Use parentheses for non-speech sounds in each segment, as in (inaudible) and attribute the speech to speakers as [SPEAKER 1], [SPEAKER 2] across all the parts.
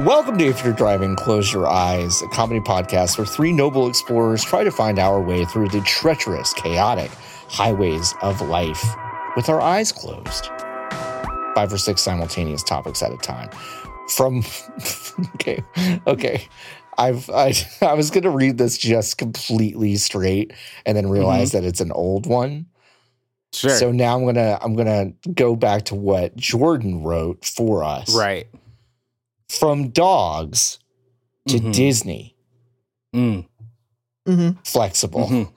[SPEAKER 1] Welcome to If You're Driving, Close Your Eyes, a comedy podcast where three noble explorers try to find our way through the treacherous, chaotic highways of life with our eyes closed. Five or six simultaneous topics at a time. From (laughs) okay, okay. I've I, (laughs) I was gonna read this just completely straight and then realize that it's an old one.
[SPEAKER 2] Sure.
[SPEAKER 1] So now I'm gonna I'm gonna go back to what Jordan wrote for us.
[SPEAKER 2] (laughs) right.
[SPEAKER 1] From dogs to
[SPEAKER 2] Mhm.
[SPEAKER 1] Disney.
[SPEAKER 2] Mm.
[SPEAKER 3] Mm-hmm.
[SPEAKER 1] Flexible.
[SPEAKER 2] Mhm.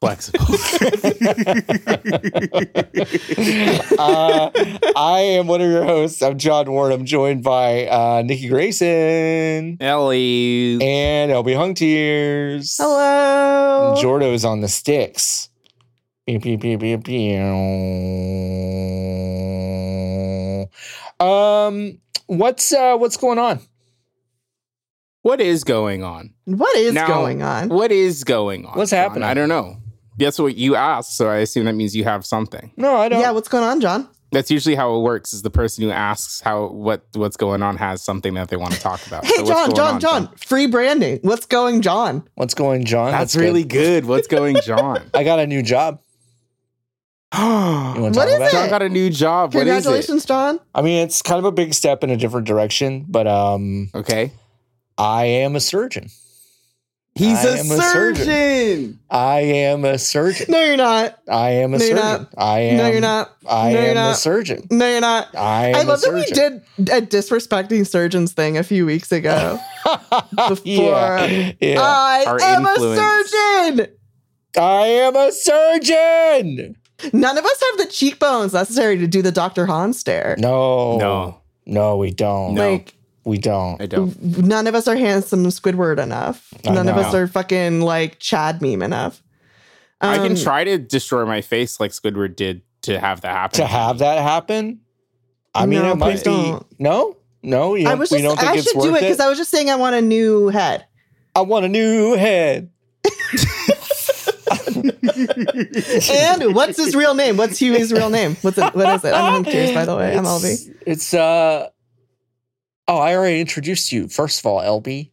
[SPEAKER 2] Flexible.
[SPEAKER 1] (laughs) uh, I am one of your hosts. I'm John Ward. I'm joined by uh, Nikki Grayson
[SPEAKER 2] (laughs) Ellie.
[SPEAKER 1] and LB Hung Tears.
[SPEAKER 3] Hello.
[SPEAKER 1] And Jordo's on the sticks. Pew, pew, pew, pew, pew. Um, what's uh, what's going on?
[SPEAKER 2] What is going on?
[SPEAKER 3] what is
[SPEAKER 2] Now-
[SPEAKER 3] going on?
[SPEAKER 2] What is going on?
[SPEAKER 1] What's
[SPEAKER 2] John?
[SPEAKER 1] happening?
[SPEAKER 2] I don't know. That's what you asked, so I assume that means you have something.
[SPEAKER 1] No, I don't.
[SPEAKER 3] Yeah, what's going on, John?
[SPEAKER 2] That's usually how it works: is the person who asks how what what's going on has something that they want to talk about.
[SPEAKER 3] Hey,
[SPEAKER 2] So Uh, what's
[SPEAKER 3] John,
[SPEAKER 2] going
[SPEAKER 3] John,
[SPEAKER 2] on,
[SPEAKER 3] John, Free branding. What's going, John?
[SPEAKER 1] What's going, John?
[SPEAKER 2] That's
[SPEAKER 1] Oh, good.
[SPEAKER 2] really good. What's going, John?
[SPEAKER 1] I got a new job. You
[SPEAKER 2] (gasps)
[SPEAKER 1] wanna
[SPEAKER 2] John
[SPEAKER 3] What
[SPEAKER 1] talk
[SPEAKER 3] is
[SPEAKER 1] about
[SPEAKER 3] it?
[SPEAKER 2] got a new job. What is it?
[SPEAKER 3] Congratulations, John.
[SPEAKER 1] I mean, it's kind of a big step in a different direction, but um,
[SPEAKER 2] Okay,
[SPEAKER 1] I am a surgeon.
[SPEAKER 2] he's
[SPEAKER 1] I
[SPEAKER 2] a
[SPEAKER 1] am a surgeon.
[SPEAKER 2] surgeon.
[SPEAKER 1] I am a surgeon.
[SPEAKER 3] No, you're not.
[SPEAKER 1] I am a
[SPEAKER 3] No, you're
[SPEAKER 1] surgeon.
[SPEAKER 3] not.
[SPEAKER 1] I am.
[SPEAKER 3] no, you're not.
[SPEAKER 1] I
[SPEAKER 3] no,
[SPEAKER 1] am
[SPEAKER 3] you're
[SPEAKER 1] a
[SPEAKER 3] not.
[SPEAKER 1] surgeon.
[SPEAKER 3] no, you're not.
[SPEAKER 1] I am
[SPEAKER 3] I love
[SPEAKER 1] a
[SPEAKER 3] that we
[SPEAKER 1] surgeon.
[SPEAKER 3] did a disrespecting surgeons thing a few weeks ago.
[SPEAKER 2] (laughs)
[SPEAKER 1] yeah. (laughs)
[SPEAKER 3] before- Ah.
[SPEAKER 1] yeah.
[SPEAKER 3] I
[SPEAKER 2] Our
[SPEAKER 3] am
[SPEAKER 2] influence.
[SPEAKER 3] a
[SPEAKER 1] I am a surgeon.
[SPEAKER 3] surgeon. None of us have the cheekbones necessary to do the Dr. Hahn stare.
[SPEAKER 1] No.
[SPEAKER 2] No,
[SPEAKER 1] No, we don't.
[SPEAKER 2] No.
[SPEAKER 3] Like,
[SPEAKER 1] We don't.
[SPEAKER 2] I don't.
[SPEAKER 3] none of us are handsome Squidward enough.
[SPEAKER 1] I
[SPEAKER 3] None of
[SPEAKER 1] know.
[SPEAKER 3] us are fucking like Chad meme enough.
[SPEAKER 2] I can
[SPEAKER 3] Um,
[SPEAKER 2] try to destroy my face like Squidward did to have that happen.
[SPEAKER 1] To have that happen, I mean,
[SPEAKER 3] No,
[SPEAKER 1] it might
[SPEAKER 3] please
[SPEAKER 1] be.
[SPEAKER 3] don't.
[SPEAKER 1] No. No, you
[SPEAKER 3] I
[SPEAKER 1] don't-
[SPEAKER 3] was
[SPEAKER 1] we
[SPEAKER 3] just,
[SPEAKER 1] don't think
[SPEAKER 3] I
[SPEAKER 1] it's
[SPEAKER 3] should
[SPEAKER 1] worth
[SPEAKER 3] do it
[SPEAKER 1] it.
[SPEAKER 3] because I was just saying I want a new head.
[SPEAKER 1] I want a new head.
[SPEAKER 3] (laughs) And what's his real name? What's Huey's real name? What's it? What is it? I'm curious, by the way. I'm LB.
[SPEAKER 1] It's- It's uh. Oh, I already introduced you. First of all, LB,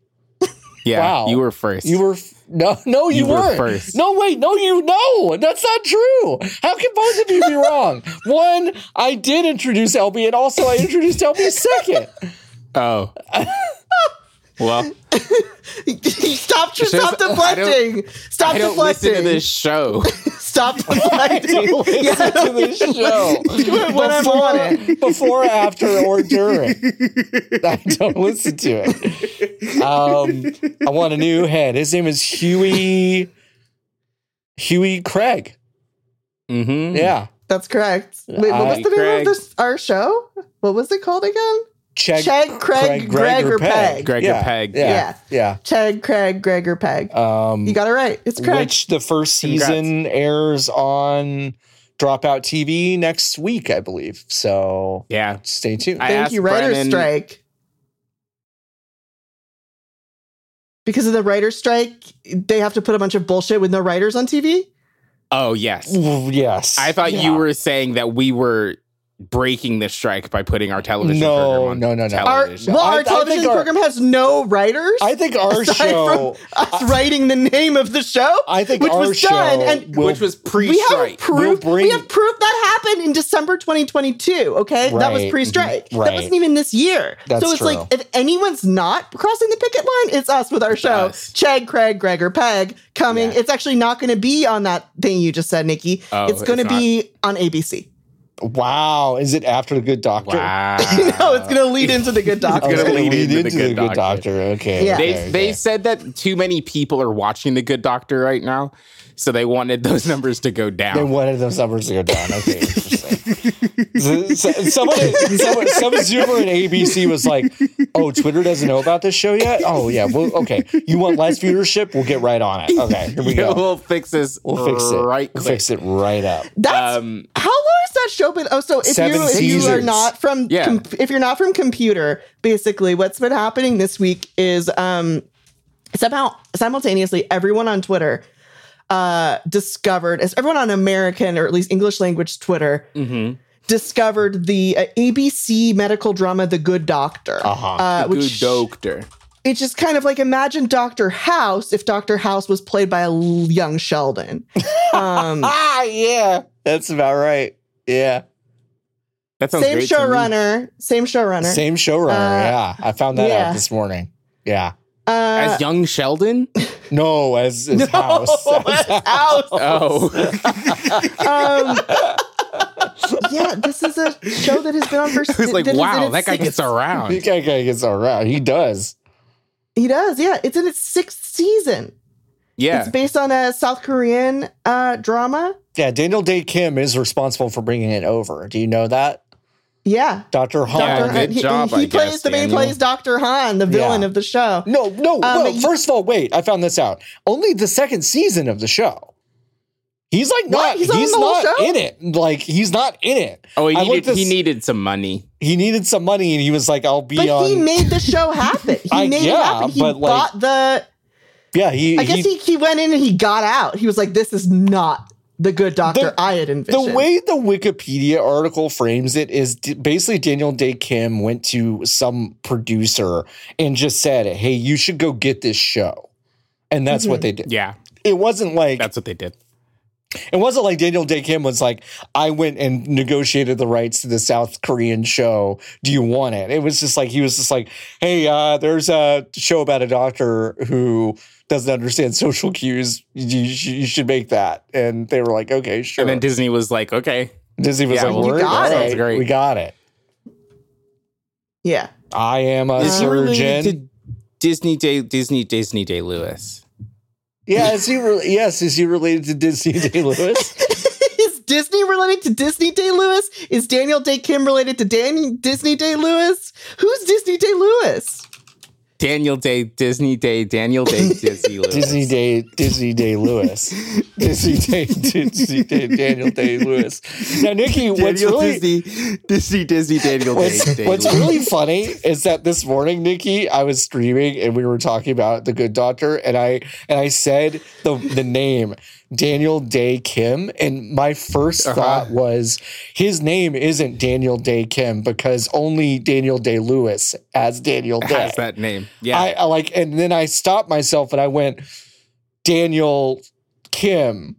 [SPEAKER 2] Yeah,
[SPEAKER 1] Wow.
[SPEAKER 2] you were first.
[SPEAKER 1] you were f- no, no, you,
[SPEAKER 2] You were
[SPEAKER 1] weren't.
[SPEAKER 2] first.
[SPEAKER 1] No, wait, no, you no, that's not true. How can both of you be
[SPEAKER 2] (laughs)
[SPEAKER 1] wrong? One, I did introduce LB, and also I introduced LB second. (laughs)
[SPEAKER 2] Oh. well,
[SPEAKER 3] (laughs) stop!
[SPEAKER 2] It's just-
[SPEAKER 3] Stop
[SPEAKER 2] I
[SPEAKER 3] deflecting! Stop
[SPEAKER 2] I don't listen to
[SPEAKER 3] deflecting!
[SPEAKER 2] this show.
[SPEAKER 3] Stop deflecting!
[SPEAKER 1] Don't listen
[SPEAKER 3] (laughs) Yeah,
[SPEAKER 1] to this show.
[SPEAKER 3] do it whenever you want
[SPEAKER 1] before, before, after, or during. I don't listen to it. Um, I want a new head. His name is Huey. Huey Craig.
[SPEAKER 2] Mm-hmm.
[SPEAKER 1] Yeah,
[SPEAKER 3] That's correct. Wait, what was
[SPEAKER 2] I-
[SPEAKER 3] the name
[SPEAKER 2] Craig.
[SPEAKER 3] of this our show? What was it called again?
[SPEAKER 1] Cheg,
[SPEAKER 3] Cheg, Craig, Gregor Peg.
[SPEAKER 2] Gregor
[SPEAKER 1] yeah.
[SPEAKER 2] Peg.
[SPEAKER 1] Yeah, yeah.
[SPEAKER 3] Chad, Craig, Gregor, Peg.
[SPEAKER 1] Um,
[SPEAKER 3] You got it right. It's Craig.
[SPEAKER 1] which the first season airs on Dropout TV next week, I believe. So
[SPEAKER 2] Yeah.
[SPEAKER 1] stay tuned.
[SPEAKER 2] I
[SPEAKER 3] Thank
[SPEAKER 2] asked
[SPEAKER 3] you, writer's
[SPEAKER 2] Brennan-
[SPEAKER 3] strike. Because of the writer's strike, they have to put a bunch of bullshit with no writers on TV.
[SPEAKER 2] Oh, yes.
[SPEAKER 1] Ooh, yes,
[SPEAKER 2] I thought
[SPEAKER 1] Yeah.
[SPEAKER 2] you were saying that we were breaking the strike by putting our television
[SPEAKER 1] No,
[SPEAKER 2] program on
[SPEAKER 1] no, no, no.
[SPEAKER 3] Our,
[SPEAKER 2] television.
[SPEAKER 3] well,
[SPEAKER 1] I- I
[SPEAKER 3] our
[SPEAKER 1] think
[SPEAKER 3] television
[SPEAKER 1] our-
[SPEAKER 3] program has no writers.
[SPEAKER 1] I think our
[SPEAKER 3] Aside
[SPEAKER 1] show.
[SPEAKER 3] from us writing the name of the show,
[SPEAKER 1] I think
[SPEAKER 3] which
[SPEAKER 1] our
[SPEAKER 3] was
[SPEAKER 1] show
[SPEAKER 3] done, and
[SPEAKER 1] will-
[SPEAKER 2] Which was
[SPEAKER 3] we have
[SPEAKER 2] pre-strike.
[SPEAKER 3] proof.
[SPEAKER 1] We'll bring-
[SPEAKER 3] we have proof that happened in December 2022. Okay, that was
[SPEAKER 1] Right.
[SPEAKER 3] pre-strike.
[SPEAKER 2] mm-hmm.
[SPEAKER 1] Mhm. Right.
[SPEAKER 3] That wasn't even this year.
[SPEAKER 1] That's
[SPEAKER 3] so it's
[SPEAKER 1] true.
[SPEAKER 3] like if anyone's not crossing the picket line, it's us with our show.
[SPEAKER 2] us.
[SPEAKER 3] Chad, Craig, Gregor, Peg coming.
[SPEAKER 2] Yeah.
[SPEAKER 3] It's actually not going to be on that thing you just said, Nikki.
[SPEAKER 2] Oh,
[SPEAKER 3] it's going to
[SPEAKER 2] it's not.
[SPEAKER 3] be on (laughs) ABC.
[SPEAKER 1] Wow, is it after the good doctor? (laughs)
[SPEAKER 2] Wow.
[SPEAKER 3] no, it's going to lead into
[SPEAKER 2] (laughs)
[SPEAKER 3] the good
[SPEAKER 1] Oh,
[SPEAKER 3] doctor.
[SPEAKER 1] it's
[SPEAKER 2] Uh, gonna
[SPEAKER 1] gonna
[SPEAKER 2] lead into The Good Doctor.
[SPEAKER 1] Okay.
[SPEAKER 3] Yeah.
[SPEAKER 2] They,
[SPEAKER 1] okay,
[SPEAKER 2] they
[SPEAKER 1] okay.
[SPEAKER 2] said that too many people are watching The Good Doctor right now, so they wanted those numbers to go down.
[SPEAKER 1] They wanted those numbers to go down. Okay, interesting. So- so- someone, someone, some zoomer at ABC was like, "Oh, Twitter doesn't know about this show yet. Oh, yeah. Well, okay. You want less viewership? We'll get right on it. Okay, here we
[SPEAKER 2] Yeah,
[SPEAKER 1] (laughs) go.
[SPEAKER 2] (laughs) We'll fix this.
[SPEAKER 1] We'll fix it.
[SPEAKER 2] Right.
[SPEAKER 1] We'll
[SPEAKER 2] quick.
[SPEAKER 1] fix it right up.
[SPEAKER 3] That's
[SPEAKER 2] Um,
[SPEAKER 3] How long has that show been? Oh, so if
[SPEAKER 1] Seven
[SPEAKER 3] you if you are
[SPEAKER 1] seasons.
[SPEAKER 3] not from
[SPEAKER 2] Yeah.
[SPEAKER 3] com- if you're not from computer, basically what's been happening this week is um somehow simultaneously everyone on Twitter uh discovered as everyone on American or at least English language Twitter
[SPEAKER 2] hmm
[SPEAKER 3] discovered the uh, ABC medical drama The Good Doctor,
[SPEAKER 1] Uh-huh.
[SPEAKER 3] uh, which
[SPEAKER 2] Good doctor.
[SPEAKER 3] it's just kind of like imagine Doctor House if Doctor House was played by a l-
[SPEAKER 2] (laughs)
[SPEAKER 3] young Sheldon. Um,
[SPEAKER 1] Ah, yeah. That's about right. Yeah.
[SPEAKER 2] That sounds
[SPEAKER 3] same
[SPEAKER 2] great to me.
[SPEAKER 3] showrunner, same showrunner.
[SPEAKER 1] Same showrunner.
[SPEAKER 3] Uh,
[SPEAKER 1] yeah. I found that
[SPEAKER 3] yeah.
[SPEAKER 1] out this morning. Yeah.
[SPEAKER 3] Uh,
[SPEAKER 2] As young Sheldon?
[SPEAKER 1] No, as, as
[SPEAKER 3] No,
[SPEAKER 1] (laughs) house.
[SPEAKER 3] as (laughs)
[SPEAKER 2] (laughs) (laughs)
[SPEAKER 3] House.
[SPEAKER 2] Oh. (laughs)
[SPEAKER 3] um, yeah, this is a show that has
[SPEAKER 2] (laughs)
[SPEAKER 3] been on for.
[SPEAKER 2] I was like,
[SPEAKER 3] that is in
[SPEAKER 2] wow,
[SPEAKER 3] its
[SPEAKER 2] that guy
[SPEAKER 3] sixth-
[SPEAKER 2] gets around.
[SPEAKER 1] (laughs) Okay, okay, gets around. He does.
[SPEAKER 3] He does, yeah. It's in its sixth season. It's
[SPEAKER 2] Yeah.
[SPEAKER 3] based on a South Korean uh, drama.
[SPEAKER 1] Yeah, Daniel Day Kim is responsible for bringing it over. Do you know that?
[SPEAKER 3] Yeah,
[SPEAKER 1] Dr. Han.
[SPEAKER 2] Yeah,
[SPEAKER 3] Dr.
[SPEAKER 2] Oh, good
[SPEAKER 3] Han. He,
[SPEAKER 2] job,
[SPEAKER 3] he
[SPEAKER 2] I
[SPEAKER 3] plays
[SPEAKER 2] guess,
[SPEAKER 3] the main
[SPEAKER 2] Daniel.
[SPEAKER 3] plays Doctor Han, the villain
[SPEAKER 1] Yeah.
[SPEAKER 3] of the show.
[SPEAKER 1] No, no. well,
[SPEAKER 3] Um, you-
[SPEAKER 1] first of all, wait. I found this out. Only the second season of the show. He's like not.
[SPEAKER 3] He's
[SPEAKER 1] He's,
[SPEAKER 3] on the whole
[SPEAKER 1] not
[SPEAKER 3] show?
[SPEAKER 1] in it. Like he's not in it.
[SPEAKER 2] Oh, he
[SPEAKER 1] I looked
[SPEAKER 2] needed, he
[SPEAKER 1] this-
[SPEAKER 2] needed some money.
[SPEAKER 1] He needed some money, and he was like, "I'll be
[SPEAKER 3] But
[SPEAKER 1] on."
[SPEAKER 3] he made
[SPEAKER 2] (laughs)
[SPEAKER 3] the show happen. He
[SPEAKER 1] I-
[SPEAKER 3] made it
[SPEAKER 1] yeah,
[SPEAKER 3] happen. He
[SPEAKER 1] but, like,
[SPEAKER 3] bought the.
[SPEAKER 1] yeah, he.
[SPEAKER 3] I guess he, he went in and he got out. He was like, "This is not the good doctor
[SPEAKER 1] The-
[SPEAKER 3] I had
[SPEAKER 1] the
[SPEAKER 3] envisioned."
[SPEAKER 1] way the Wikipedia article frames it is d- basically Daniel Day Kim went to some producer and just said, "Hey, you should go get this show," and that's
[SPEAKER 3] Mm-hmm.
[SPEAKER 1] what they did.
[SPEAKER 2] Yeah,
[SPEAKER 1] It wasn't like
[SPEAKER 2] that's what they did.
[SPEAKER 1] It wasn't like Daniel Day Kim was like, I went and negotiated the rights to the South Korean show. Do you want it? It was just like, he was just like, hey, uh, there's a show about a doctor who doesn't understand social cues. You, sh- you should make that. And they were like, okay, sure.
[SPEAKER 2] And then Disney was like, okay,
[SPEAKER 1] Disney was
[SPEAKER 2] yeah,
[SPEAKER 1] like,
[SPEAKER 2] well,
[SPEAKER 1] "Word,
[SPEAKER 3] got
[SPEAKER 1] all
[SPEAKER 3] it.
[SPEAKER 1] right,
[SPEAKER 2] Sounds great.
[SPEAKER 1] we got it.
[SPEAKER 3] yeah,
[SPEAKER 1] I am a
[SPEAKER 2] Is he
[SPEAKER 1] surgeon.
[SPEAKER 2] related to Disney Day, Disney, Disney Day Lewis.
[SPEAKER 1] yeah, is he re- yes, is he related to Disney Day Lewis?
[SPEAKER 3] (laughs) is Disney related to Disney Day Lewis? Is Daniel Day Kim related to Dan- Disney Day Lewis? Who's Disney Day Lewis?
[SPEAKER 2] Daniel Day, Disney Day, Daniel
[SPEAKER 1] (laughs)
[SPEAKER 2] Day, (laughs) Disney Lewis.
[SPEAKER 1] Disney Day, Disney Day Lewis, (laughs) Disney Day, Disney Day, Daniel Day Lewis. Now, Nikki, what's
[SPEAKER 2] Daniel
[SPEAKER 1] really
[SPEAKER 2] Disney, Disney, Disney, Daniel Day,
[SPEAKER 1] What's,
[SPEAKER 2] Day
[SPEAKER 1] what's
[SPEAKER 2] Lewis.
[SPEAKER 1] really funny is that this morning, Nikki, I was streaming and we were talking about the Good Doctor, and I and I said the the name Daniel Day Kim, and my 1st
[SPEAKER 2] Uh-huh.
[SPEAKER 1] thought was his name isn't Daniel Day Kim because only Daniel Day Lewis as Daniel Day.
[SPEAKER 2] has that name? Yeah,
[SPEAKER 1] I, I like, and then I stopped myself and I went Daniel Kim.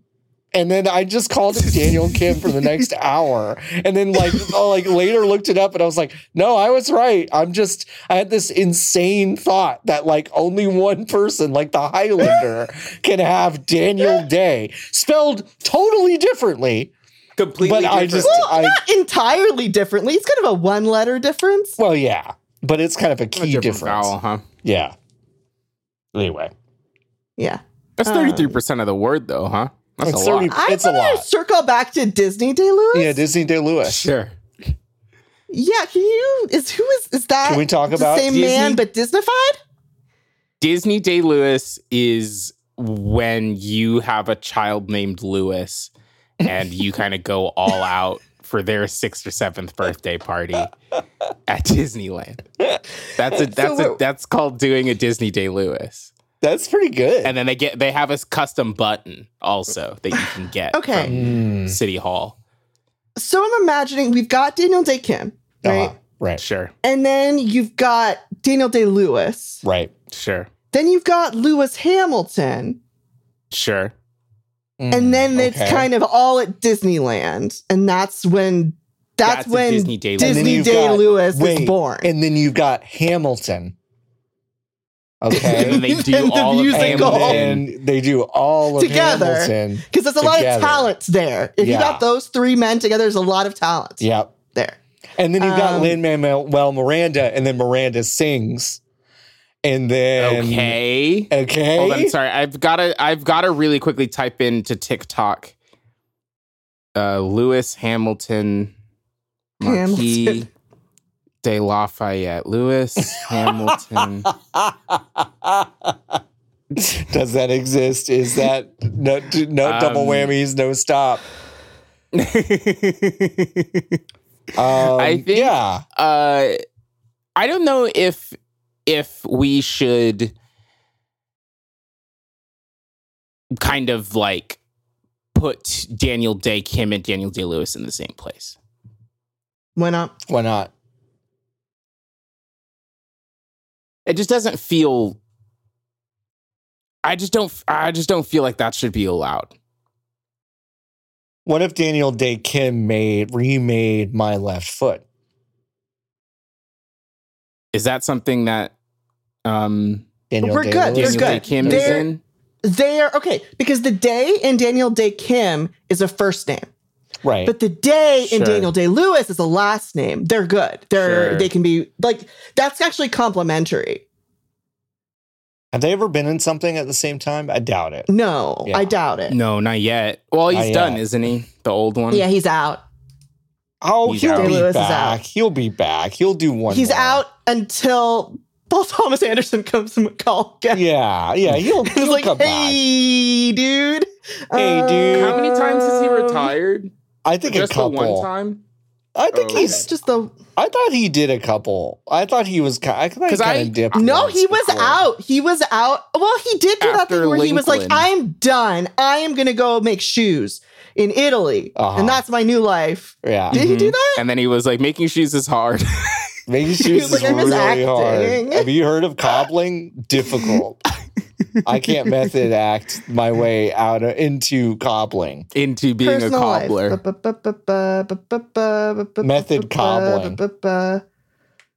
[SPEAKER 1] And then I just called him Daniel Kim for the
[SPEAKER 2] (laughs)
[SPEAKER 1] next hour, and then like oh, like later looked it up, and I was like, no, I was right. I'm just I had this insane thought that like only one person, like the
[SPEAKER 2] (laughs)
[SPEAKER 1] Highlander, can have Daniel Day spelled totally differently.
[SPEAKER 2] completely.
[SPEAKER 1] but I
[SPEAKER 2] different.
[SPEAKER 1] just
[SPEAKER 3] Well,
[SPEAKER 1] I
[SPEAKER 3] not entirely differently. It's kind of a one letter difference.
[SPEAKER 1] well yeah, but it's kind of a
[SPEAKER 2] A
[SPEAKER 1] key
[SPEAKER 2] different
[SPEAKER 1] difference.
[SPEAKER 2] vowel, huh?
[SPEAKER 1] Yeah. Anyway,
[SPEAKER 3] Yeah.
[SPEAKER 2] That's thirty three percent of the word, though, huh? That's
[SPEAKER 1] It's
[SPEAKER 2] a lot.
[SPEAKER 1] 30
[SPEAKER 3] I
[SPEAKER 1] It's a
[SPEAKER 3] wanna
[SPEAKER 1] lot.
[SPEAKER 3] circle back to Disney Day Lewis.
[SPEAKER 1] yeah, Disney Day Lewis.
[SPEAKER 2] Sure.
[SPEAKER 3] Yeah, can you is who is is that
[SPEAKER 1] Can we talk
[SPEAKER 3] the
[SPEAKER 1] about
[SPEAKER 3] same
[SPEAKER 2] Disney?
[SPEAKER 3] man but Disneyfied?
[SPEAKER 2] Disney Day Lewis is when you have a child named Lewis and
[SPEAKER 3] (laughs)
[SPEAKER 2] you kind of go all out for their sixth or seventh birthday party at Disneyland. That's a that's a
[SPEAKER 3] we're-
[SPEAKER 2] that's called doing a Disney Day Lewis.
[SPEAKER 1] That's pretty good.
[SPEAKER 2] And then they get they have a custom button also that you can get
[SPEAKER 3] Okay.
[SPEAKER 2] from City Hall.
[SPEAKER 3] So I'm imagining we've got Daniel Day Kim, right?
[SPEAKER 1] Uh-huh. Right.
[SPEAKER 2] Sure,
[SPEAKER 3] And then you've got Daniel Day Lewis.
[SPEAKER 1] Right.
[SPEAKER 2] sure,
[SPEAKER 3] Then you've got Lewis Hamilton.
[SPEAKER 2] sure.
[SPEAKER 3] and then it's
[SPEAKER 1] Mm, okay.
[SPEAKER 3] kind of all at Disneyland. And that's when that's,
[SPEAKER 2] That's a
[SPEAKER 3] when
[SPEAKER 2] Disney
[SPEAKER 3] Disney
[SPEAKER 2] Day
[SPEAKER 3] Day,
[SPEAKER 1] And
[SPEAKER 2] Lewis.
[SPEAKER 1] then you've
[SPEAKER 3] Day
[SPEAKER 1] got-
[SPEAKER 3] Lewis is
[SPEAKER 1] wait,
[SPEAKER 3] born.
[SPEAKER 1] And then you've got Hamilton. Okay.
[SPEAKER 2] And (laughs) then
[SPEAKER 1] and
[SPEAKER 2] they do
[SPEAKER 3] And the
[SPEAKER 2] all of
[SPEAKER 3] music hall.
[SPEAKER 2] Hamilton.
[SPEAKER 1] then they do all of
[SPEAKER 3] Together.
[SPEAKER 1] Hamilton.
[SPEAKER 3] Because there's a lot of
[SPEAKER 1] together.
[SPEAKER 3] talent there. If you
[SPEAKER 1] Yeah.
[SPEAKER 3] got those three men together, there's a lot of talent
[SPEAKER 1] Yep.
[SPEAKER 3] there.
[SPEAKER 1] And then you've got
[SPEAKER 3] Um,
[SPEAKER 1] Lin Manuel Miranda, and then Miranda sings. And then
[SPEAKER 2] Okay.
[SPEAKER 1] Okay.
[SPEAKER 2] Hold on, sorry. I've got to. I've got to really quickly type into TikTok. Uh, Lewis Hamilton, Marquis
[SPEAKER 3] Hamilton.
[SPEAKER 2] de Lafayette, Lewis
[SPEAKER 1] (laughs)
[SPEAKER 2] Hamilton.
[SPEAKER 1] Does that exist? Is that no no double
[SPEAKER 2] Um,
[SPEAKER 1] whammies, no stop? Um,
[SPEAKER 2] I think-
[SPEAKER 1] yeah.
[SPEAKER 2] uh, I don't know if if we should kind of like put Daniel Day Kim and Daniel Day Lewis in the same place.
[SPEAKER 3] Why not?
[SPEAKER 1] Why not?
[SPEAKER 2] It just doesn't feel. I just don't. I just don't feel like that should be allowed.
[SPEAKER 1] What if Daniel Day Kim made remade my left foot?
[SPEAKER 2] Is that something that um,
[SPEAKER 1] Daniel
[SPEAKER 3] We're good,
[SPEAKER 1] Day-Lewis?
[SPEAKER 2] Daniel Day
[SPEAKER 3] good.
[SPEAKER 2] Kim is
[SPEAKER 3] They're-
[SPEAKER 2] in?
[SPEAKER 3] They are okay because the day in Daniel Day Kim is a first name,
[SPEAKER 1] Right.
[SPEAKER 3] but the day in
[SPEAKER 2] Sure.
[SPEAKER 3] Daniel Day Lewis is a last name. They're good. They're
[SPEAKER 2] Sure.
[SPEAKER 3] they can be like that's actually complimentary.
[SPEAKER 1] Have they ever been in something at the same time? I doubt it.
[SPEAKER 3] No,
[SPEAKER 1] Yeah.
[SPEAKER 3] I doubt it.
[SPEAKER 2] No, not yet. Well,
[SPEAKER 1] Not
[SPEAKER 2] he's done,
[SPEAKER 1] yet.
[SPEAKER 2] isn't he? The old one.
[SPEAKER 3] Yeah, he's out.
[SPEAKER 1] Oh,
[SPEAKER 2] He's
[SPEAKER 1] he'll
[SPEAKER 2] out.
[SPEAKER 1] be
[SPEAKER 3] Day-Lewis is
[SPEAKER 1] back.
[SPEAKER 3] out.
[SPEAKER 1] He'll be back. He'll do one.
[SPEAKER 3] he's
[SPEAKER 1] more.
[SPEAKER 3] out until Paul Thomas Anderson comes and call
[SPEAKER 1] (laughs)
[SPEAKER 3] again.
[SPEAKER 1] Yeah, yeah. He'll,
[SPEAKER 3] (laughs) He's
[SPEAKER 1] he'll
[SPEAKER 3] like,
[SPEAKER 1] come back.
[SPEAKER 3] hey, dude. Uh,
[SPEAKER 1] Hey, dude.
[SPEAKER 2] How many times has he retired?
[SPEAKER 1] I think a
[SPEAKER 2] Just the
[SPEAKER 1] couple.
[SPEAKER 2] one time.
[SPEAKER 1] I think
[SPEAKER 2] Oh,
[SPEAKER 1] he's.
[SPEAKER 3] It's just the
[SPEAKER 1] I thought he did a couple. I thought he was. ki- I thought he
[SPEAKER 2] 'Cause I-
[SPEAKER 1] kind of dipped.
[SPEAKER 3] no.
[SPEAKER 1] once
[SPEAKER 3] He was
[SPEAKER 1] before.
[SPEAKER 3] out. He was out. Well, he did do that
[SPEAKER 2] After
[SPEAKER 3] thing where he was like,
[SPEAKER 2] Lincoln.
[SPEAKER 3] "I'm done. I am gonna go make shoes in Italy,
[SPEAKER 1] Uh-huh. Mm-hmm.
[SPEAKER 3] and that's my new life."
[SPEAKER 1] Yeah,
[SPEAKER 3] Did he do
[SPEAKER 2] Mhm.
[SPEAKER 3] that?
[SPEAKER 2] And then he was like, making shoes is hard. (laughs)
[SPEAKER 1] making
[SPEAKER 3] was
[SPEAKER 1] shoes
[SPEAKER 3] like,
[SPEAKER 1] is
[SPEAKER 3] "I miss
[SPEAKER 1] really hard.
[SPEAKER 3] acting."
[SPEAKER 1] Have you heard of cobbling?
[SPEAKER 3] (laughs)
[SPEAKER 1] Difficult. I can't method act my way out of, into cobbling.
[SPEAKER 2] into being a cobbler.
[SPEAKER 3] cobbler.
[SPEAKER 1] Method cobbling.
[SPEAKER 3] I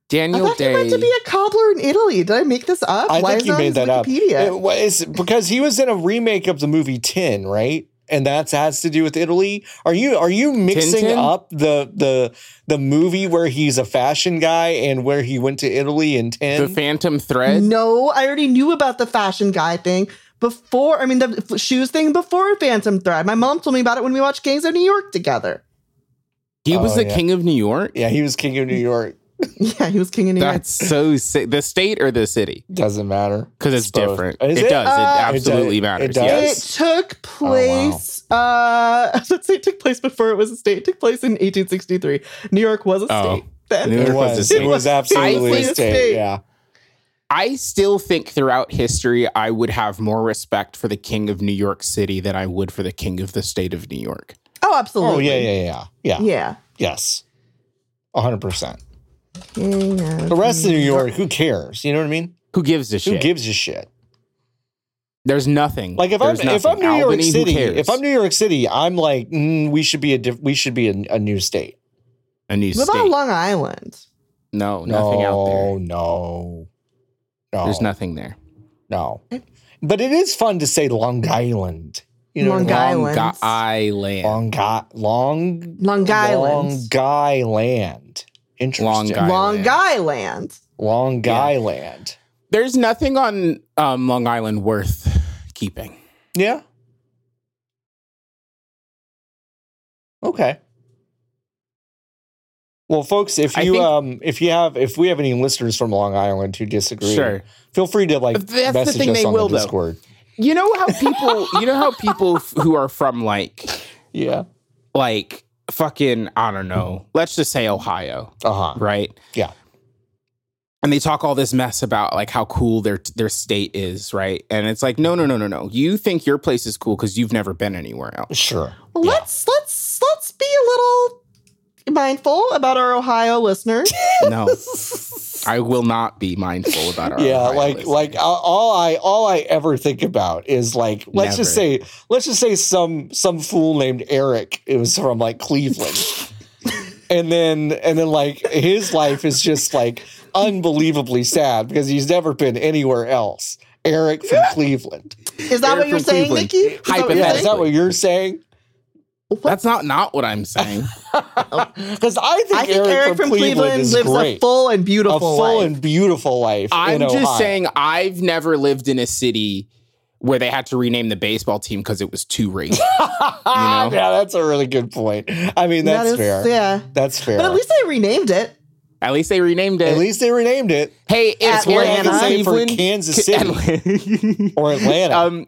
[SPEAKER 2] Daniel
[SPEAKER 3] thought he
[SPEAKER 2] Day.
[SPEAKER 3] went to be a cobbler in Italy. Did I make this up?
[SPEAKER 1] I
[SPEAKER 3] Why
[SPEAKER 1] think
[SPEAKER 3] is
[SPEAKER 1] you
[SPEAKER 3] it on
[SPEAKER 1] made
[SPEAKER 3] his
[SPEAKER 1] that up.
[SPEAKER 3] Wikipedia?
[SPEAKER 1] It was because he was in a remake of the movie Tin, right? And that has to do with Italy. Are you are you mixing
[SPEAKER 2] Tintin?
[SPEAKER 1] up the the the movie where he's a fashion guy and where he went to Italy in
[SPEAKER 2] the
[SPEAKER 1] Tin?
[SPEAKER 2] Phantom Thread.
[SPEAKER 3] No, I already knew about the fashion guy thing before. I mean, the f- shoes thing before Phantom Thread. My mom told me about it when we watched Gangs of New York together. (laughs)
[SPEAKER 2] He was
[SPEAKER 1] Oh,
[SPEAKER 2] the
[SPEAKER 1] yeah.
[SPEAKER 2] king of New York.
[SPEAKER 1] yeah, he was king of New York.
[SPEAKER 3] Yeah, he was king of New York.
[SPEAKER 2] That's so sick. The state or the city?
[SPEAKER 1] Doesn't matter.
[SPEAKER 2] Because it's
[SPEAKER 1] Both.
[SPEAKER 2] different.
[SPEAKER 1] Is
[SPEAKER 2] it,
[SPEAKER 1] it?
[SPEAKER 2] does.
[SPEAKER 3] Uh,
[SPEAKER 2] it
[SPEAKER 1] It
[SPEAKER 2] absolutely
[SPEAKER 1] does- it
[SPEAKER 2] matters.
[SPEAKER 1] does.
[SPEAKER 2] yes.
[SPEAKER 3] It took
[SPEAKER 1] Oh,
[SPEAKER 3] place. Uh, (laughs) let's say it took place before it was a state. It took place in 1863. New York was a
[SPEAKER 2] Oh.
[SPEAKER 3] state then.
[SPEAKER 2] New York
[SPEAKER 1] It
[SPEAKER 2] was a
[SPEAKER 1] was. It
[SPEAKER 2] state.
[SPEAKER 1] was
[SPEAKER 2] I
[SPEAKER 1] absolutely
[SPEAKER 2] think-
[SPEAKER 1] a state. Yeah.
[SPEAKER 2] I still think throughout history, I would have more respect for the king of New York City than I would for the king of the state of New York.
[SPEAKER 3] Oh, absolutely.
[SPEAKER 1] Oh yeah, yeah, yeah, yeah. yeah.
[SPEAKER 3] Yeah.
[SPEAKER 1] Yes. hundred percent.
[SPEAKER 3] King
[SPEAKER 1] The
[SPEAKER 3] of-
[SPEAKER 1] rest of New York, who cares? You know what I mean?
[SPEAKER 2] Who gives a
[SPEAKER 1] Who
[SPEAKER 2] shit?
[SPEAKER 1] gives a shit?
[SPEAKER 2] There's nothing.
[SPEAKER 1] Like if
[SPEAKER 2] There's
[SPEAKER 1] I'm if I'm
[SPEAKER 2] nothing.
[SPEAKER 1] New York
[SPEAKER 2] Albany, who
[SPEAKER 1] City,
[SPEAKER 2] cares?
[SPEAKER 1] if I'm New York City, I'm like mm, we should be a diff- we should be a, a new state.
[SPEAKER 2] a new
[SPEAKER 3] What
[SPEAKER 2] state,
[SPEAKER 3] about Long Island?
[SPEAKER 2] no,
[SPEAKER 1] No,
[SPEAKER 2] Oh, nothing out there.
[SPEAKER 1] no, no,
[SPEAKER 2] There's nothing there.
[SPEAKER 1] no. But it is fun to say Long Island. You know,
[SPEAKER 3] Long
[SPEAKER 1] what I mean?
[SPEAKER 3] Island.
[SPEAKER 2] Long Island. Long,
[SPEAKER 1] Long Island, Long
[SPEAKER 3] Long Island.
[SPEAKER 1] Long Island. Interesting.
[SPEAKER 2] Long
[SPEAKER 1] Long,
[SPEAKER 3] Long Island.
[SPEAKER 2] Yeah.
[SPEAKER 1] Island.
[SPEAKER 2] There's nothing on um, Long Island worth keeping.
[SPEAKER 1] Yeah. Okay. Well, folks, if
[SPEAKER 2] I
[SPEAKER 1] you
[SPEAKER 2] think-
[SPEAKER 1] um if you have if we have any listeners from Long Island who disagree,
[SPEAKER 2] Sure.
[SPEAKER 1] feel free to like
[SPEAKER 2] That's the
[SPEAKER 1] message
[SPEAKER 2] thing
[SPEAKER 1] us
[SPEAKER 2] they
[SPEAKER 1] on
[SPEAKER 2] will,
[SPEAKER 1] the
[SPEAKER 2] though.
[SPEAKER 1] Discord.
[SPEAKER 2] You know how (laughs) people, you know how people f- who are from like,
[SPEAKER 1] Yeah.
[SPEAKER 2] like fucking, I don't know. Let's just say Ohio,
[SPEAKER 1] Uh huh.
[SPEAKER 2] right?
[SPEAKER 1] Yeah.
[SPEAKER 2] And they talk all this mess about like how cool their their state is, right? And it's like, no, no, no, no, no. You think your place is cool because you've never been anywhere else.
[SPEAKER 1] Sure.
[SPEAKER 3] Well,
[SPEAKER 1] Yeah.
[SPEAKER 3] Let's let's let's be a little mindful about our Ohio listeners.
[SPEAKER 2] (laughs)
[SPEAKER 3] (laughs)
[SPEAKER 2] No, I will not be mindful about our.
[SPEAKER 1] yeah,
[SPEAKER 2] Ohio
[SPEAKER 1] like
[SPEAKER 2] listeners.
[SPEAKER 1] like uh, all I all I ever think about is like let's just say
[SPEAKER 2] Never.
[SPEAKER 1] let's just say some some fool named Eric it was from like Cleveland.
[SPEAKER 3] (laughs)
[SPEAKER 1] and then and then like his life is just like unbelievably sad because he's never been anywhere else. Eric
[SPEAKER 3] (laughs)
[SPEAKER 1] from Cleveland.
[SPEAKER 3] Is that
[SPEAKER 2] They're
[SPEAKER 3] what you're
[SPEAKER 2] from
[SPEAKER 3] saying,
[SPEAKER 2] Cleveland.
[SPEAKER 3] Nikki? Is that what you're
[SPEAKER 1] Yeah, is
[SPEAKER 3] saying?
[SPEAKER 1] that what you're saying?
[SPEAKER 2] that's not not what I'm saying.
[SPEAKER 1] Because I think,
[SPEAKER 3] I think Eric, from Cleveland,
[SPEAKER 1] is
[SPEAKER 3] lives
[SPEAKER 1] great.
[SPEAKER 3] a full and beautiful
[SPEAKER 1] A full
[SPEAKER 3] life.
[SPEAKER 1] and beautiful life.
[SPEAKER 2] I'm
[SPEAKER 1] in
[SPEAKER 2] just
[SPEAKER 1] Ohio.
[SPEAKER 2] saying I've never lived in a city where they had to rename the baseball team because it was too racist.
[SPEAKER 1] Ah, yeah, (laughs) that's a really good point. I mean,
[SPEAKER 3] That
[SPEAKER 1] that's
[SPEAKER 3] is-
[SPEAKER 1] fair.
[SPEAKER 3] Yeah.
[SPEAKER 1] That's fair.
[SPEAKER 3] But at least they renamed it.
[SPEAKER 2] At least they renamed it.
[SPEAKER 1] At least they renamed it.
[SPEAKER 2] hey, if
[SPEAKER 1] Or
[SPEAKER 2] Eric
[SPEAKER 1] you
[SPEAKER 3] Atlanta.
[SPEAKER 1] can
[SPEAKER 2] from
[SPEAKER 1] say for
[SPEAKER 2] Cleveland,
[SPEAKER 1] Kansas City
[SPEAKER 2] (laughs) Atla-
[SPEAKER 1] or Atlanta.
[SPEAKER 3] (laughs)
[SPEAKER 2] um,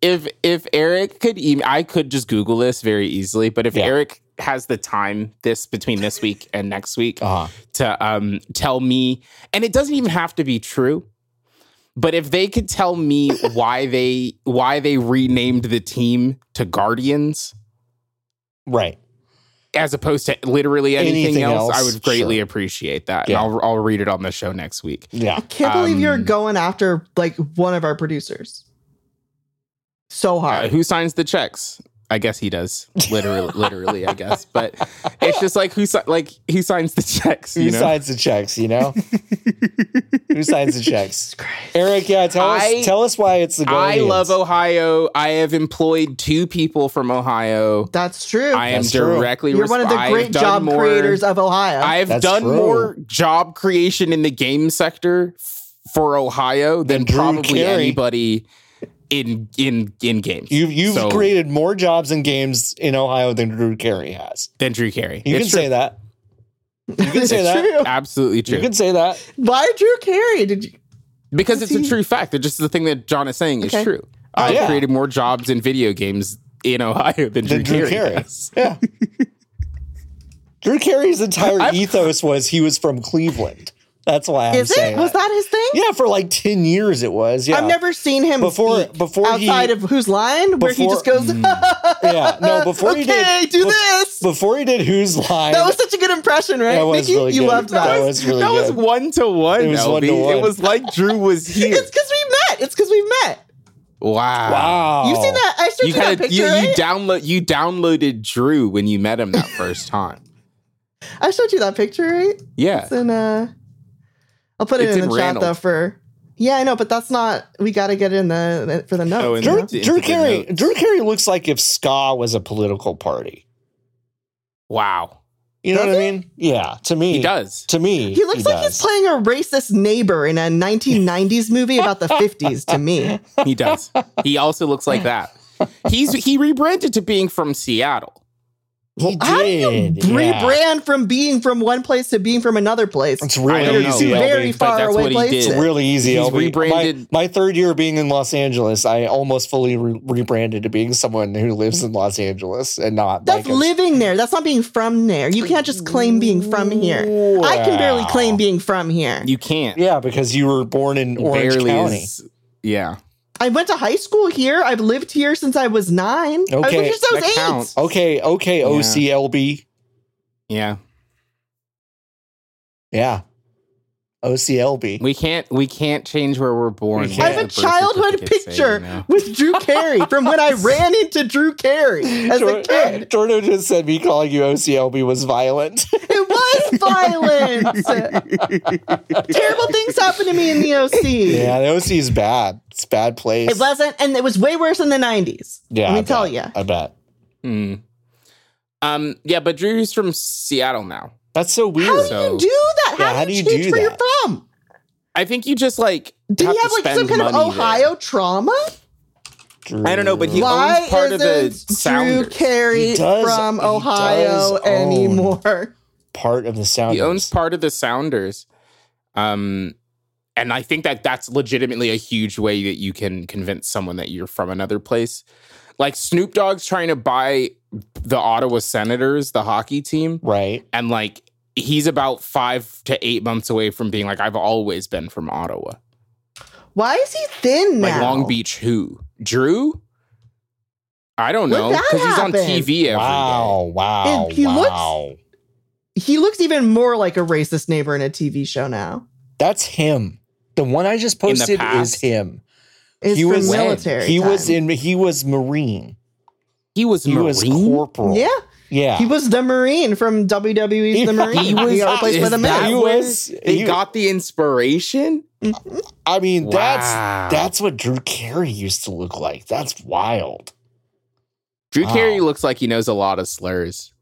[SPEAKER 2] if if Eric could, email, I could just Google this very easily. But if
[SPEAKER 1] Yeah.
[SPEAKER 2] Eric has the time this between this week and next week
[SPEAKER 1] Uh-huh.
[SPEAKER 2] to um tell me, and it doesn't even have to be true. But if they could
[SPEAKER 1] (laughs)
[SPEAKER 2] tell me why they why they renamed the team to Guardians,
[SPEAKER 1] Right.
[SPEAKER 2] as opposed to literally anything,
[SPEAKER 1] Anything
[SPEAKER 2] else, I
[SPEAKER 1] else,
[SPEAKER 2] would greatly
[SPEAKER 1] sure.
[SPEAKER 2] appreciate that.
[SPEAKER 1] Yeah.
[SPEAKER 2] And I'll I'll read it on the show next week.
[SPEAKER 1] Yeah.
[SPEAKER 3] I can't believe you're
[SPEAKER 2] Um,
[SPEAKER 3] going after like one of our producers so
[SPEAKER 2] Uh,
[SPEAKER 3] hard.
[SPEAKER 2] who signs the checks? I guess he does. Literally,
[SPEAKER 1] (laughs)
[SPEAKER 2] literally, I guess. But it's just like who si- like who signs the checks?
[SPEAKER 1] Who
[SPEAKER 2] (laughs) You know,
[SPEAKER 1] signs the checks, you
[SPEAKER 2] (laughs)
[SPEAKER 1] know? Who signs the checks? Eric, yeah, tell
[SPEAKER 2] I-
[SPEAKER 1] us tell us why it's the
[SPEAKER 2] I
[SPEAKER 1] Guardians.
[SPEAKER 2] love Ohio. I have employed two people from Ohio.
[SPEAKER 3] That's (laughs) true.
[SPEAKER 2] I am
[SPEAKER 1] That's true.
[SPEAKER 2] directly.
[SPEAKER 3] you're one of the
[SPEAKER 2] resp- I have
[SPEAKER 3] great
[SPEAKER 2] done
[SPEAKER 3] job
[SPEAKER 2] more-
[SPEAKER 3] creators of Ohio.
[SPEAKER 2] I've
[SPEAKER 1] That's
[SPEAKER 2] done
[SPEAKER 1] true.
[SPEAKER 2] more job creation in the game sector f- for Ohio than
[SPEAKER 1] Than Drew
[SPEAKER 2] probably
[SPEAKER 1] Carey.
[SPEAKER 2] anybody in in in games.
[SPEAKER 1] You you've
[SPEAKER 2] So-
[SPEAKER 1] created more jobs and games in Ohio than Drew Carey has.
[SPEAKER 2] than Drew Carey.
[SPEAKER 1] You
[SPEAKER 2] It's
[SPEAKER 1] can
[SPEAKER 2] true.
[SPEAKER 1] say that. You can say
[SPEAKER 3] (laughs) It's
[SPEAKER 1] that.
[SPEAKER 3] true.
[SPEAKER 2] Absolutely true.
[SPEAKER 1] You can say that.
[SPEAKER 3] Why Drew Carey? Did you?
[SPEAKER 2] because it's a
[SPEAKER 3] See?
[SPEAKER 2] true fact. It's just the thing that John is saying
[SPEAKER 3] Okay.
[SPEAKER 2] is true. I've
[SPEAKER 1] Oh, yeah.
[SPEAKER 2] created more jobs in video games in Ohio than Drew,
[SPEAKER 1] Than Drew Carey.
[SPEAKER 2] Carey. has. (laughs)
[SPEAKER 1] Yeah. Drew Carey's entire ethos was he was from Cleveland. That's why I'm
[SPEAKER 3] Is
[SPEAKER 1] saying
[SPEAKER 3] it? Was that his thing?
[SPEAKER 1] Yeah, for like ten years it was. Yeah.
[SPEAKER 3] I've never seen him
[SPEAKER 1] Before-
[SPEAKER 3] speak
[SPEAKER 1] before he-
[SPEAKER 3] outside of whose line where he
[SPEAKER 1] Before- mm.
[SPEAKER 3] just goes.
[SPEAKER 1] yeah.
[SPEAKER 3] (laughs)
[SPEAKER 1] No, before he
[SPEAKER 3] okay,
[SPEAKER 1] did
[SPEAKER 3] do
[SPEAKER 1] bef-
[SPEAKER 3] this.
[SPEAKER 1] Before he did Who's Line.
[SPEAKER 3] that was such a good impression, right?
[SPEAKER 1] That was
[SPEAKER 3] Nikki?
[SPEAKER 1] really
[SPEAKER 3] you
[SPEAKER 1] good.
[SPEAKER 3] loved that.
[SPEAKER 1] That was- really
[SPEAKER 2] that was
[SPEAKER 1] good.
[SPEAKER 2] one to one.
[SPEAKER 1] It was
[SPEAKER 2] LB.
[SPEAKER 1] one-to-one.
[SPEAKER 2] It was like
[SPEAKER 1] (laughs)
[SPEAKER 2] Drew was here.
[SPEAKER 3] it's because we met. It's because we met.
[SPEAKER 2] wow.
[SPEAKER 1] wow.
[SPEAKER 3] You've seen that. I showed
[SPEAKER 2] You
[SPEAKER 3] you, that
[SPEAKER 2] kind of
[SPEAKER 3] picture,
[SPEAKER 2] you,
[SPEAKER 3] right?
[SPEAKER 2] you download you downloaded Drew when you met him that
[SPEAKER 3] (laughs)
[SPEAKER 2] first time.
[SPEAKER 3] I showed you that picture, right?
[SPEAKER 2] Yeah.
[SPEAKER 3] It's in uh I'll put it
[SPEAKER 2] It's
[SPEAKER 3] in,
[SPEAKER 2] in
[SPEAKER 3] the
[SPEAKER 2] Randall.
[SPEAKER 3] chat though for Yeah, I know, but that's not we gotta get it in the for the notes.
[SPEAKER 2] Oh, in
[SPEAKER 3] you
[SPEAKER 1] Drew,
[SPEAKER 2] the-
[SPEAKER 3] know?
[SPEAKER 2] into
[SPEAKER 1] Drew
[SPEAKER 2] the
[SPEAKER 1] Carey.
[SPEAKER 2] notes.
[SPEAKER 1] Drew Carey looks like if ska was a political party.
[SPEAKER 2] Wow.
[SPEAKER 1] You know
[SPEAKER 3] Does
[SPEAKER 1] what I mean? Yeah. To me,
[SPEAKER 2] He does.
[SPEAKER 1] To me,
[SPEAKER 3] He looks like he's
[SPEAKER 1] does.
[SPEAKER 3] playing a racist neighbor in a 1990s movie about the 50s
[SPEAKER 2] (laughs)
[SPEAKER 3] to me.
[SPEAKER 2] He does. he also looks like that. He's he rebranded to being from Seattle.
[SPEAKER 1] He
[SPEAKER 3] How do you
[SPEAKER 1] did, yeah.
[SPEAKER 3] Rebrand from being from one place to being from another place.
[SPEAKER 1] It's
[SPEAKER 2] I
[SPEAKER 1] really
[SPEAKER 2] don't
[SPEAKER 1] easy.
[SPEAKER 2] know.
[SPEAKER 1] Very
[SPEAKER 3] Very
[SPEAKER 1] LB.
[SPEAKER 3] far
[SPEAKER 2] that's
[SPEAKER 3] away
[SPEAKER 2] what he
[SPEAKER 3] places.
[SPEAKER 2] did.
[SPEAKER 1] It's really easy.
[SPEAKER 2] He's
[SPEAKER 1] LB. My-
[SPEAKER 2] rebranded-
[SPEAKER 1] My, third year being in Los Angeles, I almost fully re- rebranded to being someone who lives in Los Angeles and not
[SPEAKER 3] That's
[SPEAKER 1] like a-
[SPEAKER 3] living there. That's not being from there. You can't just claim being from here. I can barely
[SPEAKER 1] Wow.
[SPEAKER 3] claim being from here.
[SPEAKER 2] You can't.
[SPEAKER 1] Yeah, because you were born in Orange
[SPEAKER 2] Barely
[SPEAKER 1] County.
[SPEAKER 2] is- yeah.
[SPEAKER 3] I went to high school here. I've lived here since I was nine. I was
[SPEAKER 1] Okay,
[SPEAKER 3] here since I was
[SPEAKER 2] that
[SPEAKER 3] eight.
[SPEAKER 2] counts.
[SPEAKER 1] Okay, okay,
[SPEAKER 2] Yeah.
[SPEAKER 1] OCLB.
[SPEAKER 2] Yeah.
[SPEAKER 1] Yeah. OCLB.
[SPEAKER 2] We can't we can't change where we're born.
[SPEAKER 1] We
[SPEAKER 3] I
[SPEAKER 1] can't.
[SPEAKER 3] have a
[SPEAKER 2] Birth
[SPEAKER 3] childhood
[SPEAKER 2] certificates say,
[SPEAKER 3] picture
[SPEAKER 2] you know.
[SPEAKER 3] with Drew Carey from when I ran into Drew Carey as a
[SPEAKER 1] Tor-
[SPEAKER 3] kid.
[SPEAKER 1] Torto just said me calling you OCLB was violent.
[SPEAKER 3] It was violence. Terrible things happened to me in the OC.
[SPEAKER 1] (laughs) yeah, the OC (laughs) is bad. It's a bad place.
[SPEAKER 3] It wasn't, and it was way worse in the 90s.
[SPEAKER 1] Yeah,
[SPEAKER 3] Let me
[SPEAKER 1] I
[SPEAKER 3] tell
[SPEAKER 1] bet.
[SPEAKER 3] you.
[SPEAKER 1] I bet.
[SPEAKER 2] Hmm. Um. Yeah, but Drew's from Seattle now.
[SPEAKER 1] That's so weird.
[SPEAKER 3] How do
[SPEAKER 2] So-
[SPEAKER 3] you do that?
[SPEAKER 1] Yeah,
[SPEAKER 3] how, do you change
[SPEAKER 1] do
[SPEAKER 3] where you're
[SPEAKER 1] that?
[SPEAKER 3] from?
[SPEAKER 2] I think you just like.
[SPEAKER 3] Did
[SPEAKER 2] have
[SPEAKER 3] he
[SPEAKER 2] to
[SPEAKER 3] have like some
[SPEAKER 2] spend
[SPEAKER 3] kind of
[SPEAKER 2] money there.
[SPEAKER 3] Ohio trauma?
[SPEAKER 2] I don't know, but he
[SPEAKER 1] Drew.
[SPEAKER 3] Why
[SPEAKER 2] owns part of the
[SPEAKER 3] isn't Drew
[SPEAKER 2] Sounders.
[SPEAKER 3] Carey
[SPEAKER 1] He does-
[SPEAKER 3] from
[SPEAKER 1] he does
[SPEAKER 3] Ohio
[SPEAKER 1] own-
[SPEAKER 3] anymore? (laughs)
[SPEAKER 1] part of the sound.
[SPEAKER 2] He owns part of the Sounders. Um, and I think that that's legitimately a huge way that you can convince someone that you're from another place. Like Snoop Dogg's trying to buy the Ottawa Senators, the hockey team,
[SPEAKER 1] right.
[SPEAKER 2] and like he's about five to eight months away from being like, I've always been from Ottawa,
[SPEAKER 3] Why is he thin now?
[SPEAKER 2] like Long Beach. Who Drew? I don't
[SPEAKER 3] When
[SPEAKER 2] know
[SPEAKER 3] that
[SPEAKER 2] because he's on
[SPEAKER 3] happened?
[SPEAKER 2] TV every day.
[SPEAKER 1] Wow, wow,
[SPEAKER 3] And he looks-
[SPEAKER 1] wow.
[SPEAKER 3] He looks even more like a racist neighbor in a TV show now.
[SPEAKER 1] That's him. The one I just posted is
[SPEAKER 2] past?
[SPEAKER 1] him.
[SPEAKER 3] It's
[SPEAKER 1] he
[SPEAKER 3] from
[SPEAKER 1] was
[SPEAKER 3] military.
[SPEAKER 1] He was in.
[SPEAKER 3] time.
[SPEAKER 1] He was Marine.
[SPEAKER 2] He was
[SPEAKER 1] He
[SPEAKER 2] Marine.
[SPEAKER 1] was corporal.
[SPEAKER 3] Yeah,
[SPEAKER 1] yeah.
[SPEAKER 3] he was the Marine from WWE's
[SPEAKER 1] He-
[SPEAKER 3] The Marine.
[SPEAKER 1] he
[SPEAKER 3] He,
[SPEAKER 1] was-
[SPEAKER 3] got replaced
[SPEAKER 2] is
[SPEAKER 3] by the
[SPEAKER 2] that
[SPEAKER 1] he
[SPEAKER 3] man.
[SPEAKER 2] where
[SPEAKER 1] was-
[SPEAKER 2] They
[SPEAKER 1] he-
[SPEAKER 2] got the inspiration.
[SPEAKER 1] I mean, that's
[SPEAKER 2] Wow.
[SPEAKER 1] that's what Drew Carey used to look like. That's wild.
[SPEAKER 2] Drew
[SPEAKER 1] Wow.
[SPEAKER 2] Carey looks like he knows a lot of slurs.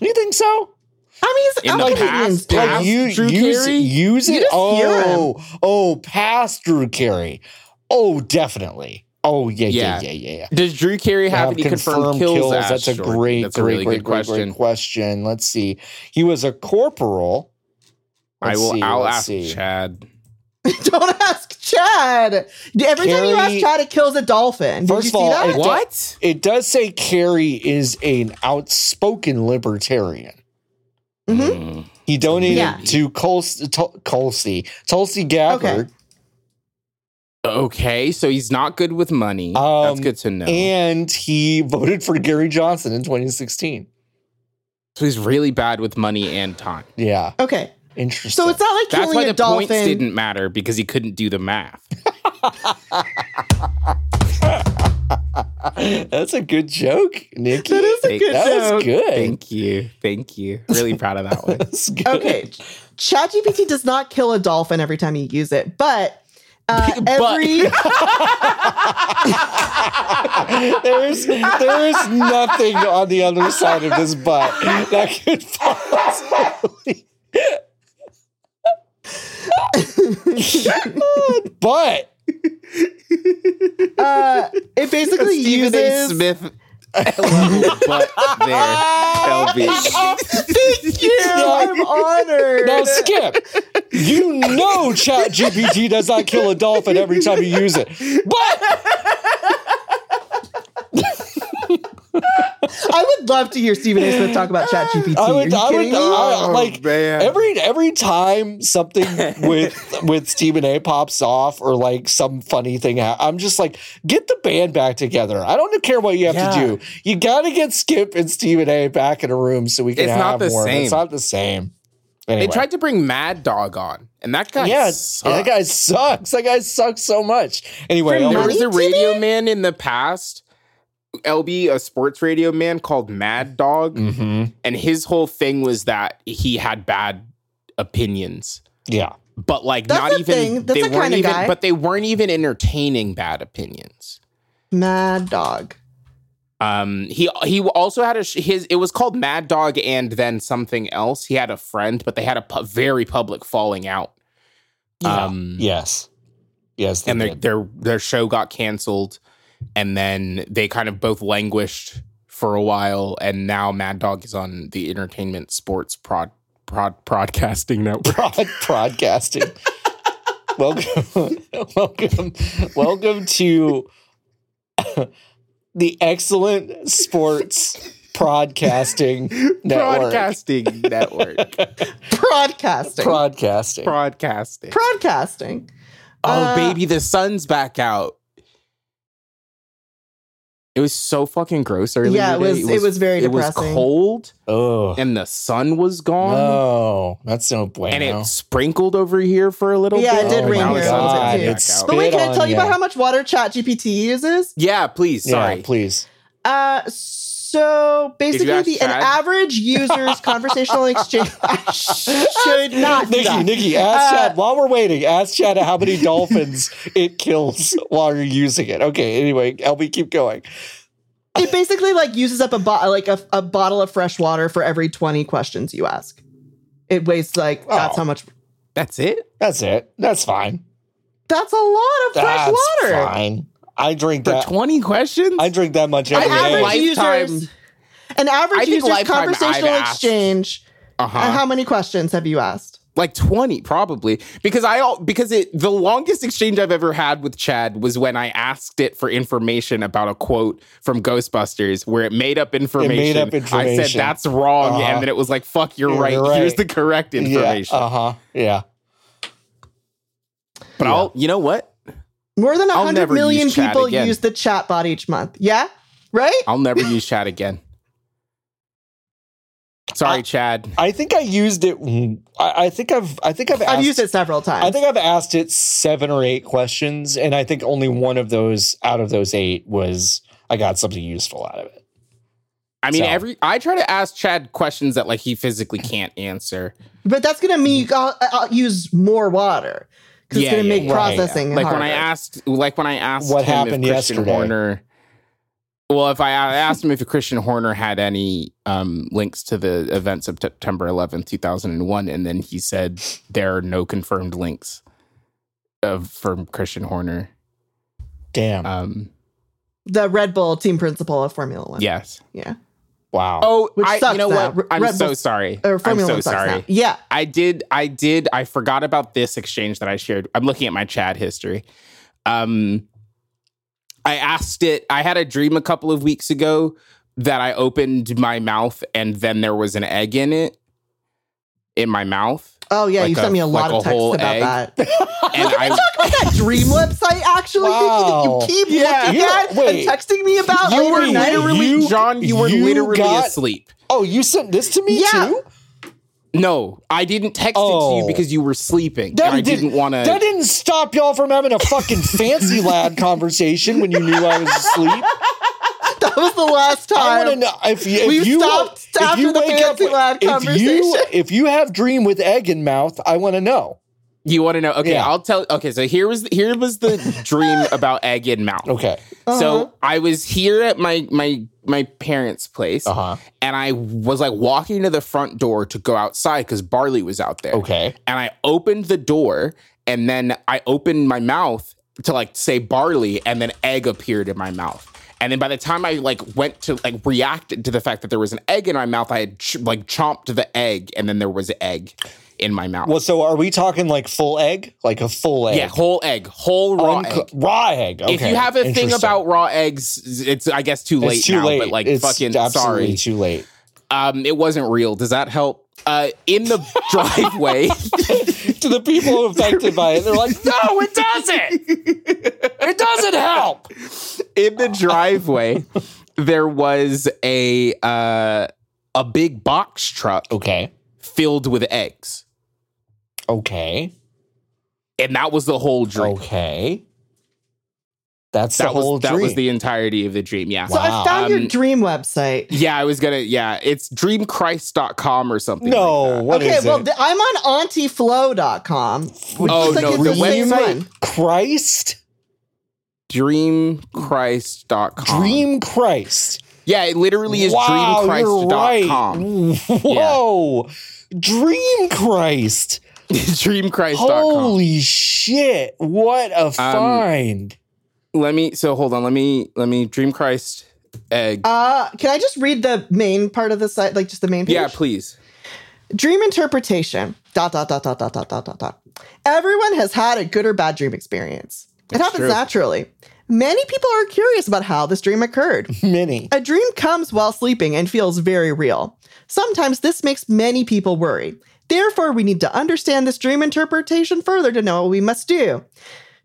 [SPEAKER 1] You think so?
[SPEAKER 3] I mean, he's
[SPEAKER 2] In the
[SPEAKER 3] I'm not
[SPEAKER 2] past,
[SPEAKER 3] convinced.
[SPEAKER 2] yeah.
[SPEAKER 1] Like you
[SPEAKER 2] Drew
[SPEAKER 1] use
[SPEAKER 2] Carey?
[SPEAKER 1] use
[SPEAKER 3] You
[SPEAKER 1] it.
[SPEAKER 3] just hear
[SPEAKER 1] oh, oh, past Drew Carey. Oh, definitely. Oh yeah, yeah, yeah,
[SPEAKER 2] Yeah.
[SPEAKER 1] yeah, yeah.
[SPEAKER 2] Does Drew Carey have
[SPEAKER 1] Have
[SPEAKER 2] any confirmed, kills? Ash
[SPEAKER 1] That's a
[SPEAKER 2] Jordan?
[SPEAKER 1] great,
[SPEAKER 2] That's a
[SPEAKER 1] great,
[SPEAKER 2] really
[SPEAKER 1] great,
[SPEAKER 2] good
[SPEAKER 1] great,
[SPEAKER 2] question.
[SPEAKER 1] great question. Let's see. He was a corporal.
[SPEAKER 2] I
[SPEAKER 1] Let's
[SPEAKER 2] will.
[SPEAKER 1] see,
[SPEAKER 2] I'll
[SPEAKER 1] let's
[SPEAKER 2] ask
[SPEAKER 1] see.
[SPEAKER 2] Chad.
[SPEAKER 3] (laughs) Don't ask Chad. Every time you ask
[SPEAKER 1] Carrie-
[SPEAKER 3] Chad, it kills a dolphin. Did
[SPEAKER 1] First
[SPEAKER 3] you
[SPEAKER 1] of
[SPEAKER 3] see
[SPEAKER 1] all,
[SPEAKER 3] that?
[SPEAKER 1] it-
[SPEAKER 2] What?
[SPEAKER 1] It does say Carey is an outspoken libertarian.
[SPEAKER 3] Mhm.
[SPEAKER 2] Mm.
[SPEAKER 1] He donated
[SPEAKER 3] Yeah.
[SPEAKER 1] to Colsey, Tulsi, Tulsi Gabbard,
[SPEAKER 2] Okay, so he's not good with money.
[SPEAKER 1] Um,
[SPEAKER 2] That's good to know.
[SPEAKER 1] and he voted for Gary Johnson in 2016.
[SPEAKER 2] So he's really bad with money and time.
[SPEAKER 1] Yeah.
[SPEAKER 3] Okay.
[SPEAKER 1] Interesting.
[SPEAKER 3] So it's not like
[SPEAKER 2] That's why
[SPEAKER 3] killing
[SPEAKER 2] the
[SPEAKER 3] a dolphin.
[SPEAKER 2] points didn't matter because he couldn't do
[SPEAKER 1] (laughs)
[SPEAKER 2] the math.
[SPEAKER 1] (laughs) That's a good joke, Nikki.
[SPEAKER 3] That is a
[SPEAKER 2] Thank-
[SPEAKER 3] good
[SPEAKER 1] That was
[SPEAKER 3] joke.
[SPEAKER 1] good.
[SPEAKER 2] Thank you. Thank you. Really proud of that
[SPEAKER 1] (laughs)
[SPEAKER 2] one.
[SPEAKER 1] That's good.
[SPEAKER 3] Okay.
[SPEAKER 2] (laughs)
[SPEAKER 3] ChatGPT does not kill a dolphin every time you use it, but uh,
[SPEAKER 2] (laughs) But-
[SPEAKER 3] every
[SPEAKER 1] there's there is nothing on the other side of this butt that could possibly. (laughs) but
[SPEAKER 3] uh, it basically
[SPEAKER 2] Stephen A.
[SPEAKER 3] uses
[SPEAKER 2] Smith level butt
[SPEAKER 1] (laughs)
[SPEAKER 2] there, LB.
[SPEAKER 3] Oh,
[SPEAKER 1] Oh,
[SPEAKER 3] (laughs)
[SPEAKER 2] (laughs)
[SPEAKER 3] Thank you. I'm honored.
[SPEAKER 1] now, Skip, you know Chat GPT does not kill a dolphin every time you use it. But
[SPEAKER 3] (laughs) I would love to hear Stephen A. Smith talk about
[SPEAKER 2] (laughs)
[SPEAKER 3] ChatGPT.
[SPEAKER 1] I
[SPEAKER 3] Are
[SPEAKER 1] would,
[SPEAKER 3] you
[SPEAKER 1] I would,
[SPEAKER 3] kidding me?
[SPEAKER 1] I- like
[SPEAKER 2] man.
[SPEAKER 1] every every time
[SPEAKER 2] (laughs)
[SPEAKER 1] something with with Stephen A. pops off or like some funny thing, ha- I'm just like, get the band back together. I don't care what you have
[SPEAKER 2] Yeah.
[SPEAKER 1] to do. You got to get Skip and Stephen A. back in a room so we can
[SPEAKER 2] It's not
[SPEAKER 1] have
[SPEAKER 2] the
[SPEAKER 1] more. It's
[SPEAKER 2] same.
[SPEAKER 1] not the same.
[SPEAKER 2] They
[SPEAKER 1] Anyway.
[SPEAKER 2] tried to bring Mad Dog on, and that guy
[SPEAKER 1] yeah, that
[SPEAKER 2] sucked.
[SPEAKER 1] guy sucks. That guy sucks so much. Anyway,
[SPEAKER 3] For
[SPEAKER 1] Elmer-
[SPEAKER 2] There was
[SPEAKER 3] Money
[SPEAKER 2] a
[SPEAKER 3] to
[SPEAKER 2] radio man in the past, LB, a sports radio man called Mad Dog,
[SPEAKER 1] Mhm.
[SPEAKER 2] and his whole thing was that he had bad opinions.
[SPEAKER 1] yeah,
[SPEAKER 2] But like
[SPEAKER 3] That's
[SPEAKER 2] not
[SPEAKER 3] a
[SPEAKER 2] even
[SPEAKER 3] thing. That's
[SPEAKER 2] they
[SPEAKER 3] a
[SPEAKER 2] weren't
[SPEAKER 3] kinda
[SPEAKER 2] even
[SPEAKER 3] guy.
[SPEAKER 2] but they weren't even entertaining bad opinions.
[SPEAKER 3] Mad dog.
[SPEAKER 2] Um, he he also had a sh- his it was called Mad Dog and then something else. He had a friend, but they had a pu- very public falling out.
[SPEAKER 1] Yeah.
[SPEAKER 2] Um,
[SPEAKER 1] yes, yes, they
[SPEAKER 2] and their
[SPEAKER 1] did.
[SPEAKER 2] their their show got canceled, and then they kind of both languished for a while, and now Mad Dog is on the Entertainment Sports Prod Prod Broadcasting Network.
[SPEAKER 1] broad broadcasting. welcome, (laughs) welcome, welcome to the excellent sports broadcasting (laughs) network.
[SPEAKER 2] Broadcasting Network.
[SPEAKER 1] (laughs)
[SPEAKER 3] Broadcasting.
[SPEAKER 1] Broadcasting.
[SPEAKER 2] Broadcasting.
[SPEAKER 3] Broadcasting.
[SPEAKER 2] oh
[SPEAKER 3] Uh,
[SPEAKER 2] baby, the sun's back out. It was so fucking gross earlier.
[SPEAKER 3] Yeah, it
[SPEAKER 2] today.
[SPEAKER 3] was, it was. very
[SPEAKER 2] it was
[SPEAKER 3] depressing.
[SPEAKER 2] cold
[SPEAKER 1] oh
[SPEAKER 2] and the sun was
[SPEAKER 3] Um,
[SPEAKER 2] gone.
[SPEAKER 1] no, that's Oh, no bueno.
[SPEAKER 2] and it sprinkled over here for a little
[SPEAKER 3] Yeah,
[SPEAKER 2] bit.
[SPEAKER 3] it did
[SPEAKER 2] and
[SPEAKER 3] rain
[SPEAKER 2] now
[SPEAKER 3] here
[SPEAKER 2] the
[SPEAKER 3] a little
[SPEAKER 2] sun's
[SPEAKER 3] bit,
[SPEAKER 2] back
[SPEAKER 3] too.
[SPEAKER 2] out.
[SPEAKER 1] It's-
[SPEAKER 3] But wait,
[SPEAKER 1] Spit
[SPEAKER 3] can I
[SPEAKER 1] on
[SPEAKER 3] tell you
[SPEAKER 1] ya.
[SPEAKER 3] about how much water ChatGPT uses?
[SPEAKER 2] yeah, please. Sorry.
[SPEAKER 1] Yeah, please.
[SPEAKER 3] Uh, so basically,
[SPEAKER 2] ask
[SPEAKER 3] the, an
[SPEAKER 2] Chad? (laughs)
[SPEAKER 3] average user's conversational exchange I should not. do
[SPEAKER 1] Nikki,
[SPEAKER 3] that.
[SPEAKER 1] Nikki, ask
[SPEAKER 3] Uh,
[SPEAKER 1] Chad while we're waiting. Ask Chad how many dolphins it kills while you're using it. Okay, anyway, LB, keep going.
[SPEAKER 3] It basically like uses up a bo- like a, a bottle of fresh water for every twenty questions you ask. It wastes like that's
[SPEAKER 1] Oh.
[SPEAKER 3] how much.
[SPEAKER 2] That's it.
[SPEAKER 1] That's it. That's fine.
[SPEAKER 3] That's a lot of fresh
[SPEAKER 1] That's
[SPEAKER 3] water.
[SPEAKER 1] Fine. I drink
[SPEAKER 2] For
[SPEAKER 1] that.
[SPEAKER 2] twenty questions.
[SPEAKER 1] I drink that much every
[SPEAKER 3] An
[SPEAKER 1] day.
[SPEAKER 3] average
[SPEAKER 2] Lifetime-
[SPEAKER 3] user's an
[SPEAKER 2] I
[SPEAKER 3] average
[SPEAKER 2] think
[SPEAKER 3] user's
[SPEAKER 2] lifetime I've
[SPEAKER 3] conversational
[SPEAKER 2] asked.
[SPEAKER 3] exchange.
[SPEAKER 2] uh-huh.
[SPEAKER 3] uh, how many questions have you asked?
[SPEAKER 2] like twenty probably because I all because it the longest exchange I've ever had with Chad was when I asked it for information about a quote from Ghostbusters where it made up information.
[SPEAKER 1] up
[SPEAKER 2] I
[SPEAKER 1] information.
[SPEAKER 2] said that's wrong,
[SPEAKER 1] Uh-huh.
[SPEAKER 2] and then it was like, "Fuck, you're,
[SPEAKER 1] You're
[SPEAKER 2] right.
[SPEAKER 1] right.
[SPEAKER 2] Here's the correct information."
[SPEAKER 1] Yeah. Uh huh. Yeah.
[SPEAKER 2] but I'll, you know what?
[SPEAKER 3] More than
[SPEAKER 2] I'll
[SPEAKER 3] 100
[SPEAKER 2] never
[SPEAKER 3] million
[SPEAKER 2] use chat
[SPEAKER 3] people
[SPEAKER 2] again.
[SPEAKER 3] use the chat bot each month. Yeah? Right?
[SPEAKER 2] I'll never use Chad again. Sorry, Chad.
[SPEAKER 1] I think I used it. I, I think I've. I think I've. Asked,
[SPEAKER 3] I've used it several times.
[SPEAKER 1] I think I've asked it seven or eight questions, and I think only one of those out of those eight was I got something useful out of it.
[SPEAKER 2] I mean,
[SPEAKER 1] So-
[SPEAKER 2] every I try to ask Chad questions that like he physically can't answer,
[SPEAKER 3] but that's going to mean I'll, I'll use more water because
[SPEAKER 2] Yeah,
[SPEAKER 3] it's going to
[SPEAKER 2] yeah,
[SPEAKER 3] make
[SPEAKER 1] yeah.
[SPEAKER 3] processing
[SPEAKER 2] like when I
[SPEAKER 3] harder.
[SPEAKER 2] asked, like when I asked
[SPEAKER 1] What
[SPEAKER 2] him if
[SPEAKER 1] happened
[SPEAKER 2] Christian
[SPEAKER 1] yesterday?
[SPEAKER 2] Horner. Well, if I I asked him if Christian Horner had any um, links to the events of September 11th, 2001, and then he said there are no confirmed links of from Christian Horner.
[SPEAKER 1] Damn.
[SPEAKER 2] Um,
[SPEAKER 3] the Red Bull team principal of Formula One.
[SPEAKER 2] yes.
[SPEAKER 3] Yeah.
[SPEAKER 1] wow.
[SPEAKER 2] Oh,
[SPEAKER 3] Which
[SPEAKER 2] I,
[SPEAKER 3] sucks
[SPEAKER 2] you know
[SPEAKER 3] now.
[SPEAKER 2] what?
[SPEAKER 3] R-
[SPEAKER 2] I'm
[SPEAKER 3] Red
[SPEAKER 2] so
[SPEAKER 3] Bull-
[SPEAKER 2] sorry.
[SPEAKER 3] Or
[SPEAKER 2] I'm
[SPEAKER 3] Formula
[SPEAKER 2] so
[SPEAKER 3] One sucks
[SPEAKER 2] sorry.
[SPEAKER 3] now. Yeah.
[SPEAKER 2] I did, I did, I forgot about this exchange that I shared. I'm looking at my chat history. Um, I asked it, I had a dream a couple of weeks ago that (laughs) I opened my mouth and then there was an egg in it, in my mouth.
[SPEAKER 3] Oh yeah,
[SPEAKER 2] Like
[SPEAKER 3] you
[SPEAKER 2] a-
[SPEAKER 3] sent me a lot
[SPEAKER 2] like
[SPEAKER 3] of
[SPEAKER 2] a
[SPEAKER 3] texts
[SPEAKER 2] whole
[SPEAKER 3] about
[SPEAKER 2] egg? (laughs)
[SPEAKER 3] that.
[SPEAKER 2] And I,
[SPEAKER 3] that dream website actually (laughs)
[SPEAKER 1] Wow.
[SPEAKER 3] that you keep
[SPEAKER 2] Yeah.
[SPEAKER 3] looking
[SPEAKER 1] You-
[SPEAKER 3] at
[SPEAKER 1] wait.
[SPEAKER 3] and texting me about
[SPEAKER 2] you were
[SPEAKER 3] later night.
[SPEAKER 2] literally,
[SPEAKER 1] You-
[SPEAKER 2] John, you were
[SPEAKER 1] you
[SPEAKER 2] literally
[SPEAKER 1] got-
[SPEAKER 2] asleep.
[SPEAKER 1] Oh, you sent this to me
[SPEAKER 3] Yeah.
[SPEAKER 1] too?
[SPEAKER 2] No, I didn't text it to
[SPEAKER 1] Oh.
[SPEAKER 2] you because you were sleeping.
[SPEAKER 1] That
[SPEAKER 2] and I didn't
[SPEAKER 1] didn't-
[SPEAKER 2] want to.
[SPEAKER 1] That didn't stop y'all from having a fucking fancy lad conversation when you knew I was asleep.
[SPEAKER 3] (laughs) That was the last
[SPEAKER 2] (laughs)
[SPEAKER 1] I want to
[SPEAKER 3] time.
[SPEAKER 1] know if you if
[SPEAKER 3] We've
[SPEAKER 1] you
[SPEAKER 3] stopped
[SPEAKER 1] if
[SPEAKER 3] after
[SPEAKER 1] you
[SPEAKER 3] the
[SPEAKER 1] wake
[SPEAKER 3] fancy
[SPEAKER 1] up,
[SPEAKER 3] lad
[SPEAKER 1] if you
[SPEAKER 3] conversation.
[SPEAKER 1] if you have dream with egg in mouth, I want to know.
[SPEAKER 2] You want to know? Okay,
[SPEAKER 1] Yeah.
[SPEAKER 2] I'll tell. Okay, so here was here was the (laughs) dream about egg in mouth.
[SPEAKER 1] Okay.
[SPEAKER 3] Uh-huh.
[SPEAKER 2] So I was here at my my my parents' place,
[SPEAKER 1] Uh huh.
[SPEAKER 2] and I was like walking to the front door to go outside because Barley was out there.
[SPEAKER 1] Okay.
[SPEAKER 2] and I opened the door, and then I opened my mouth to like say Barley, and then egg appeared in my mouth. And then by the time I like went to like reacted to the fact that there was an egg in my mouth, I had ch- like chomped the egg, and then there was egg in my mouth.
[SPEAKER 1] Well, so are we talking like full egg, like a full egg? Oh,
[SPEAKER 2] Yeah, whole egg, whole raw
[SPEAKER 1] Unco-
[SPEAKER 2] egg.
[SPEAKER 1] raw egg.
[SPEAKER 2] if you
[SPEAKER 1] Okay.
[SPEAKER 2] have a thing
[SPEAKER 1] Interesting.
[SPEAKER 2] about raw eggs, it's I guess too late
[SPEAKER 1] it's too
[SPEAKER 2] now.
[SPEAKER 1] late,
[SPEAKER 2] But like
[SPEAKER 1] it's
[SPEAKER 2] fucking
[SPEAKER 1] absolutely
[SPEAKER 2] sorry,
[SPEAKER 1] too (laughs) late.
[SPEAKER 2] um, it wasn't real. Does that help? Uh,
[SPEAKER 1] (laughs)
[SPEAKER 2] in the driveway.
[SPEAKER 1] to the people affected by it, they're like, no, it doesn't. It doesn't help.
[SPEAKER 2] in the driveway, there was a uh, a big box truck
[SPEAKER 1] Okay.
[SPEAKER 2] filled with eggs,
[SPEAKER 1] Okay.
[SPEAKER 2] and that was the whole dream.
[SPEAKER 1] Okay. That's
[SPEAKER 2] that
[SPEAKER 1] Oh, the whole
[SPEAKER 2] was that
[SPEAKER 1] dream.
[SPEAKER 2] was the entirety of the dream. Yeah.
[SPEAKER 3] So
[SPEAKER 1] Wow.
[SPEAKER 3] I found your
[SPEAKER 2] Um,
[SPEAKER 3] dream website.
[SPEAKER 2] yeah, I was gonna. Yeah, it's dreamchrist.com or something. like
[SPEAKER 1] no,
[SPEAKER 2] that.
[SPEAKER 1] what is
[SPEAKER 3] okay, well,
[SPEAKER 1] it?
[SPEAKER 3] th- I'm on auntieflow.com. Which
[SPEAKER 2] Oh,
[SPEAKER 3] is like
[SPEAKER 2] no,
[SPEAKER 3] it's the
[SPEAKER 2] really?
[SPEAKER 3] same
[SPEAKER 1] Wait.
[SPEAKER 3] one.
[SPEAKER 1] Christ,
[SPEAKER 2] dreamchrist.com.
[SPEAKER 1] dream Christ.
[SPEAKER 2] Yeah, it literally Um, is
[SPEAKER 1] wow, you're right.
[SPEAKER 2] (laughs) dreamchrist.com.
[SPEAKER 1] Whoa, dream Christ.
[SPEAKER 2] dreamchrist.com.
[SPEAKER 1] Holy shit! What
[SPEAKER 2] Um,
[SPEAKER 1] a find.
[SPEAKER 2] Let me so hold on, let me let me dreamchrist egg.
[SPEAKER 3] Uh, can I just read the main part of the site, like just the main page?
[SPEAKER 2] yeah, please.
[SPEAKER 3] Dream interpretation. Dot dot dot dot dot dot dot dot dot. Everyone has had a good or bad dream experience. it
[SPEAKER 2] That's
[SPEAKER 3] happens
[SPEAKER 2] true.
[SPEAKER 3] naturally. Many people are curious about how this dream occurred.
[SPEAKER 1] Mini.
[SPEAKER 3] A dream comes while sleeping and feels very real. Sometimes this makes many people worry. Therefore, we need to understand this dream interpretation further to know what we must do.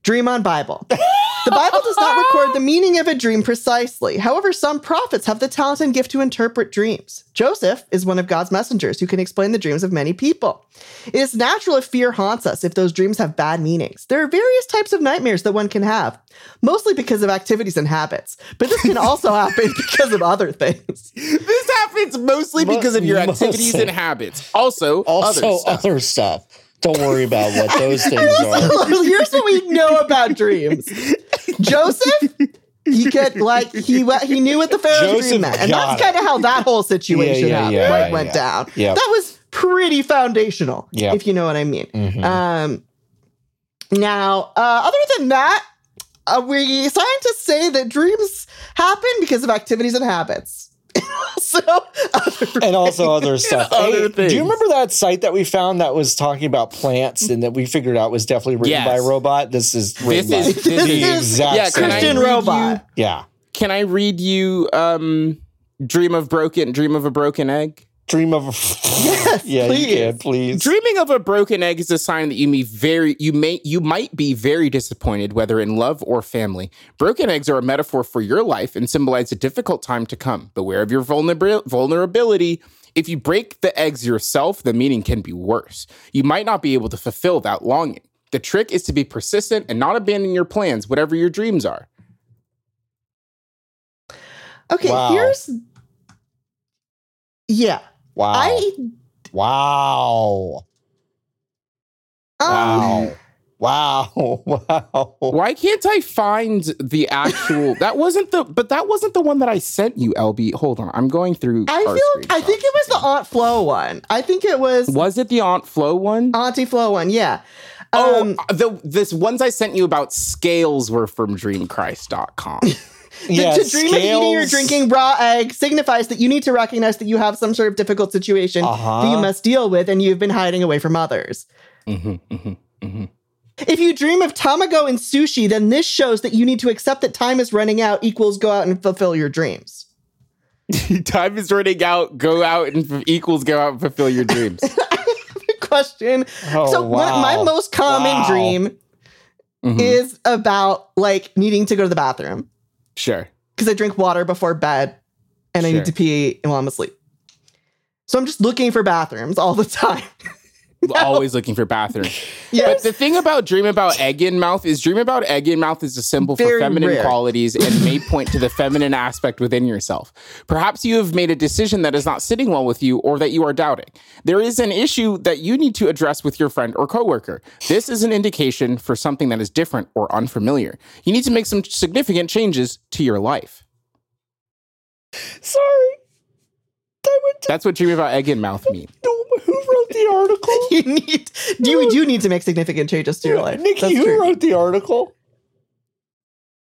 [SPEAKER 3] Dream on Bible. The Bible does not record the meaning of a dream precisely. However, some prophets have the talent and gift to interpret dreams. Joseph is one of God's messengers who can explain the dreams of many people. It is natural if fear haunts us if those dreams have bad meanings. There are various types of nightmares that one can have, mostly because of activities and habits, but this can also (laughs) happen because of other (laughs) things.
[SPEAKER 2] (laughs) This happens mostly
[SPEAKER 1] Mo-
[SPEAKER 2] because of your activities
[SPEAKER 1] mostly.
[SPEAKER 2] and habits. Also, uh,
[SPEAKER 1] Also,
[SPEAKER 2] other stuff.
[SPEAKER 1] other stuff. Don't worry about what
[SPEAKER 2] (laughs)
[SPEAKER 1] those things are.
[SPEAKER 3] Here's what we know about dreams. Joseph, he could like he wa- he knew what the Pharaoh's
[SPEAKER 1] Joseph
[SPEAKER 3] dream meant, and
[SPEAKER 1] got
[SPEAKER 3] that's kind of how that whole situation
[SPEAKER 1] Yeah, yeah,
[SPEAKER 3] hap-
[SPEAKER 1] yeah,
[SPEAKER 3] like,
[SPEAKER 1] yeah,
[SPEAKER 3] went
[SPEAKER 1] yeah.
[SPEAKER 3] down.
[SPEAKER 1] Yeah.
[SPEAKER 3] That was pretty foundational,
[SPEAKER 1] Yeah.
[SPEAKER 3] if you know what I mean.
[SPEAKER 1] Mhm.
[SPEAKER 2] Mm-hmm.
[SPEAKER 3] Um, now, uh, other than that, uh, we scientists say that dreams happen because of activities and habits. (laughs) so,
[SPEAKER 1] and also other stuff.
[SPEAKER 2] other
[SPEAKER 1] Hey, do
[SPEAKER 2] things.
[SPEAKER 1] you remember that site that we found that was talking about plants and that we figured out was definitely written
[SPEAKER 2] Yes.
[SPEAKER 1] by a robot? This is written
[SPEAKER 2] This is-
[SPEAKER 1] by
[SPEAKER 2] this is-
[SPEAKER 1] the exact
[SPEAKER 2] yeah,
[SPEAKER 1] same.
[SPEAKER 2] can I
[SPEAKER 3] Christian
[SPEAKER 2] read you-
[SPEAKER 3] robot.
[SPEAKER 1] yeah.
[SPEAKER 2] Can I read you um Dream of Broken Dream of a Broken Egg?
[SPEAKER 1] Dream of (laughs) a yeah,
[SPEAKER 3] please.
[SPEAKER 1] you can, please.
[SPEAKER 2] Dreaming of a broken egg is a sign that you may very you may you might be very disappointed, whether in love or family. Broken eggs are a metaphor for your life and symbolize a difficult time to come. Beware of your vulnerabil- vulnerability. If you break the eggs yourself, the meaning can be worse. You might not be able to fulfill that longing. The trick is to be persistent and not abandon your plans, whatever your dreams are.
[SPEAKER 3] okay,
[SPEAKER 1] Wow.
[SPEAKER 3] here's yeah.
[SPEAKER 1] wow.
[SPEAKER 3] I
[SPEAKER 1] wow.
[SPEAKER 3] um,
[SPEAKER 1] Wow. Wow. (laughs) Wow.
[SPEAKER 2] Why can't I find the actual? that wasn't the, but that wasn't the one that I sent you, LB. Hold on, I'm going through.
[SPEAKER 3] I
[SPEAKER 2] our
[SPEAKER 3] feel I think it was the Aunt Flo one. I think it was
[SPEAKER 2] screenshots. Was it the Aunt Flo one?
[SPEAKER 3] Auntie Flo one. Yeah.
[SPEAKER 2] oh,
[SPEAKER 3] Um,
[SPEAKER 2] Um, the this ones I sent you about scales were from DreamChrist.com.
[SPEAKER 3] the-
[SPEAKER 1] Yeah,
[SPEAKER 3] to dream of eating or
[SPEAKER 1] scales.
[SPEAKER 3] drinking raw egg signifies that you need to recognize that you have some sort of difficult situation that
[SPEAKER 1] Uh-huh.
[SPEAKER 3] you must deal with and you've been hiding away from others.
[SPEAKER 2] Mm-hmm, (laughs)
[SPEAKER 3] If you dream of tamago and sushi, then this shows that you need to accept that time is running out equals go out and fulfill your dreams.
[SPEAKER 2] Time is running out. Go out and f- equals go out and fulfill your dreams.
[SPEAKER 3] question.
[SPEAKER 1] Oh,
[SPEAKER 3] so one- my
[SPEAKER 1] wow.
[SPEAKER 3] most common
[SPEAKER 1] Wow. Hmm.
[SPEAKER 3] dream
[SPEAKER 2] Mhm.
[SPEAKER 3] is about like needing to go to the bathroom
[SPEAKER 2] Sure.
[SPEAKER 3] because I drink water before bed and I
[SPEAKER 2] Sure.
[SPEAKER 3] need to pee while I'm asleep. So I'm just looking for bathrooms all the (laughs) time.
[SPEAKER 2] Always looking for bathroom.
[SPEAKER 3] yeah.
[SPEAKER 2] But the thing about dream about egg in mouth is dream about egg in mouth is a symbol for
[SPEAKER 3] Very
[SPEAKER 2] feminine
[SPEAKER 3] rare.
[SPEAKER 2] qualities and
[SPEAKER 1] (laughs)
[SPEAKER 2] may point to the feminine aspect within yourself. Perhaps you have made a decision that is not sitting well with you or that you are doubting. There is an issue that you need to address with your friend or coworker. This is an indication for something that is different or unfamiliar. You need to make some significant changes to your life.
[SPEAKER 1] Sorry. I went to
[SPEAKER 2] That's what dream about egg in mouth means.
[SPEAKER 1] who wrote the
[SPEAKER 3] (laughs)
[SPEAKER 1] article?
[SPEAKER 3] (laughs) you need you do need to make significant changes to your life.
[SPEAKER 1] Nikki,
[SPEAKER 3] That's
[SPEAKER 1] who
[SPEAKER 3] true.
[SPEAKER 1] wrote the article?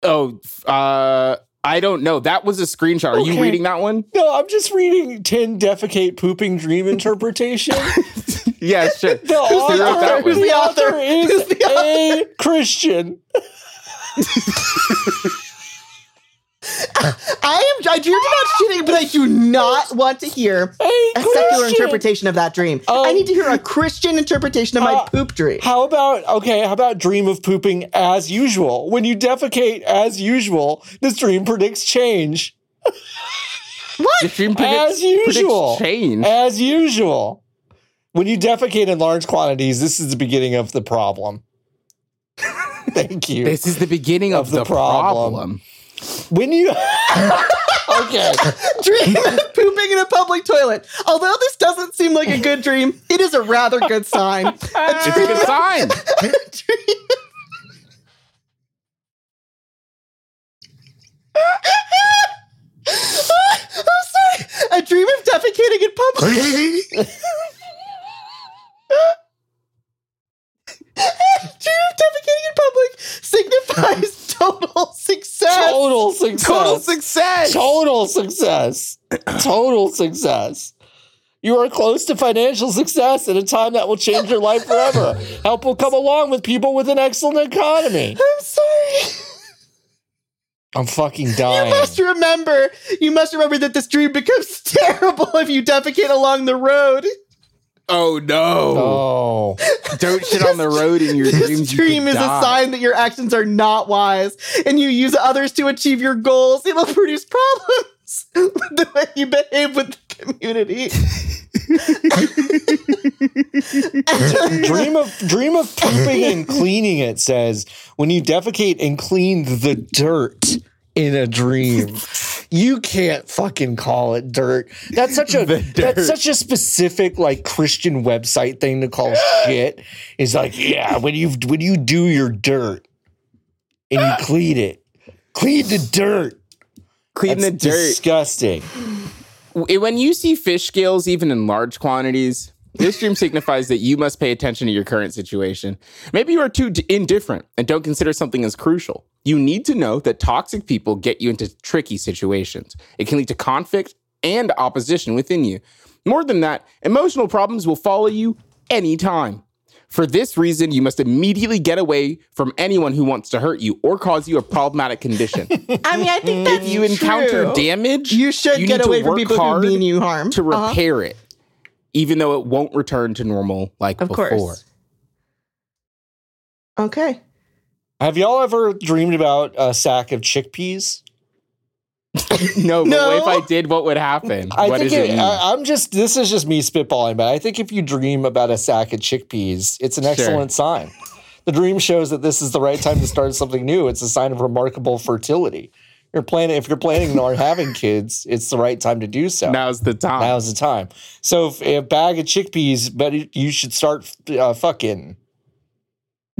[SPEAKER 2] Oh, f- uh, I don't know. That was a screenshot. Are
[SPEAKER 1] Okay.
[SPEAKER 2] you reading that
[SPEAKER 1] (laughs)
[SPEAKER 2] one?
[SPEAKER 1] No, I'm just reading 10 defecate pooping dream
[SPEAKER 3] (laughs)
[SPEAKER 1] interpretation.
[SPEAKER 2] Yeah, sure.
[SPEAKER 1] The author,
[SPEAKER 2] wrote that
[SPEAKER 1] the
[SPEAKER 2] one?
[SPEAKER 1] author is
[SPEAKER 3] Who's the
[SPEAKER 1] a Christian.
[SPEAKER 3] I am I
[SPEAKER 1] Ah!
[SPEAKER 3] dreamed about shitting, but I do not want to hear
[SPEAKER 1] A
[SPEAKER 3] a secular
[SPEAKER 1] Christian.
[SPEAKER 3] interpretation of that dream.
[SPEAKER 1] Oh.
[SPEAKER 3] I need to hear a Christian interpretation of my
[SPEAKER 1] Uh,
[SPEAKER 3] poop dream.
[SPEAKER 1] How about okay? How about dream of pooping as usual? When you defecate as usual, this dream predicts change
[SPEAKER 2] The dream predicts,
[SPEAKER 1] as usual.
[SPEAKER 2] predicts change.
[SPEAKER 1] As usual, when you defecate in large quantities, this is the beginning of the problem. (laughs) Thank you.
[SPEAKER 2] This is the beginning of,
[SPEAKER 1] Of the
[SPEAKER 2] the,
[SPEAKER 1] problem.
[SPEAKER 2] problem.
[SPEAKER 1] when you (laughs) okay,
[SPEAKER 3] dream of (laughs) pooping in a public toilet. Although this doesn't seem like a good dream, it is a rather good
[SPEAKER 1] (laughs)
[SPEAKER 3] sign. A
[SPEAKER 2] It's a
[SPEAKER 3] dream-
[SPEAKER 2] good sign.
[SPEAKER 3] dream- (laughs) I'm sorry. A dream of defecating in public. (laughs) A dream of defecating in public signifies (laughs) total success.
[SPEAKER 1] total success.
[SPEAKER 2] Total success.
[SPEAKER 1] total success. Total success. You are close to financial success at a time that will change your life forever. Help will come along with people with an excellent economy.
[SPEAKER 3] I'm sorry.
[SPEAKER 1] I'm
[SPEAKER 2] (laughs)
[SPEAKER 1] fucking
[SPEAKER 3] You
[SPEAKER 1] dying.
[SPEAKER 3] must remember. You must remember that this dream becomes (laughs) terrible if you defecate along the road.
[SPEAKER 2] Oh no! (laughs)
[SPEAKER 1] Oh,
[SPEAKER 2] Don't shit on the road in (laughs) your
[SPEAKER 3] This
[SPEAKER 2] dreams. you
[SPEAKER 3] dream
[SPEAKER 2] could
[SPEAKER 3] is
[SPEAKER 2] die.
[SPEAKER 3] a sign that your actions are not wise, and you use others to achieve your goals. It will (laughs) produce problems (laughs) with the way you behave with the community.
[SPEAKER 1] dream of dream of pooping and cleaning. It says when you defecate and clean the dirt in a dream.
[SPEAKER 2] (laughs)
[SPEAKER 1] You can't fucking call it dirt. That's such a
[SPEAKER 2] The
[SPEAKER 1] that's
[SPEAKER 2] dirt.
[SPEAKER 1] such a specific like Christian website thing to
[SPEAKER 2] (gasps)
[SPEAKER 1] call shit. Is like yeah when you when you do your dirt and
[SPEAKER 2] (gasps)
[SPEAKER 1] you clean it, clean the dirt.
[SPEAKER 2] Clean
[SPEAKER 1] That's
[SPEAKER 2] the dirt.
[SPEAKER 1] Disgusting.
[SPEAKER 2] W- When you see fish scales, even in large quantities, this
[SPEAKER 3] (laughs)
[SPEAKER 2] dream signifies that you must pay attention to your current situation. Maybe you are too d- indifferent and don't consider something as crucial. You need to know that toxic people get you into tricky situations. It can lead to conflict and opposition within you. More than that, emotional problems will follow you anytime. For this reason, you must immediately get away from anyone who wants to hurt you or cause you a problematic
[SPEAKER 3] (laughs)
[SPEAKER 2] condition.
[SPEAKER 3] I mean, I think that's
[SPEAKER 2] you encounter
[SPEAKER 3] true.
[SPEAKER 2] damage,
[SPEAKER 3] Mm. You should
[SPEAKER 2] you
[SPEAKER 3] get
[SPEAKER 2] need to
[SPEAKER 3] away from
[SPEAKER 2] work
[SPEAKER 3] people who
[SPEAKER 2] hard
[SPEAKER 3] mean you harm.
[SPEAKER 2] to
[SPEAKER 3] Uh-huh.
[SPEAKER 2] repair it, even though it won't return to normal like
[SPEAKER 3] of
[SPEAKER 2] before.
[SPEAKER 3] course. Okay.
[SPEAKER 1] Have y'all ever dreamed about a sack of chickpeas?
[SPEAKER 2] (laughs) No, but
[SPEAKER 3] No.
[SPEAKER 2] if I did, what would happen?
[SPEAKER 1] I
[SPEAKER 2] what
[SPEAKER 1] think
[SPEAKER 2] does it,
[SPEAKER 1] it-
[SPEAKER 2] mean?
[SPEAKER 1] I, I'm just. This is just me spitballing, but I think if you dream about a sack of chickpeas, it's an
[SPEAKER 2] Sure.
[SPEAKER 1] excellent sign. The dream shows that this is the right time to start something new. It's a sign of remarkable fertility. You're planning if you're planning on having kids, it's the right time to do so.
[SPEAKER 2] Now's the time.
[SPEAKER 1] Now's the time. So if a bag of chickpeas, but it- you should start uh, fucking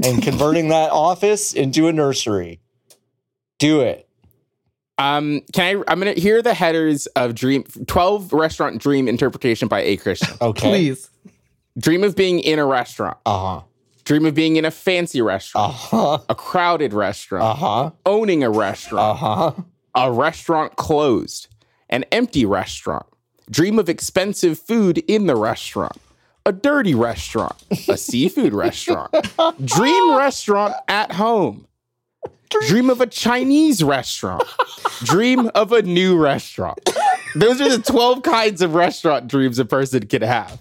[SPEAKER 1] and converting that office into a nursery. Do it.
[SPEAKER 2] um, can I? I'm gonna hear the headers of Dream 12 Restaurant Dream interpretation by
[SPEAKER 1] (laughs)
[SPEAKER 2] A Christian.
[SPEAKER 1] Okay.
[SPEAKER 3] Please.
[SPEAKER 2] Dream of being in a restaurant.
[SPEAKER 1] Uh huh.
[SPEAKER 2] Dream of being in a fancy restaurant.
[SPEAKER 1] Uh huh.
[SPEAKER 2] a crowded restaurant.
[SPEAKER 1] Uh huh.
[SPEAKER 2] owning a restaurant.
[SPEAKER 1] Uh huh.
[SPEAKER 2] a restaurant closed, an empty restaurant, dream of expensive food in the restaurant, a dirty restaurant, a
[SPEAKER 3] (laughs)
[SPEAKER 2] seafood restaurant, dream restaurant at home, dream of a Chinese restaurant, dream of a new restaurant. Those are the 12 kinds of restaurant dreams a person can have.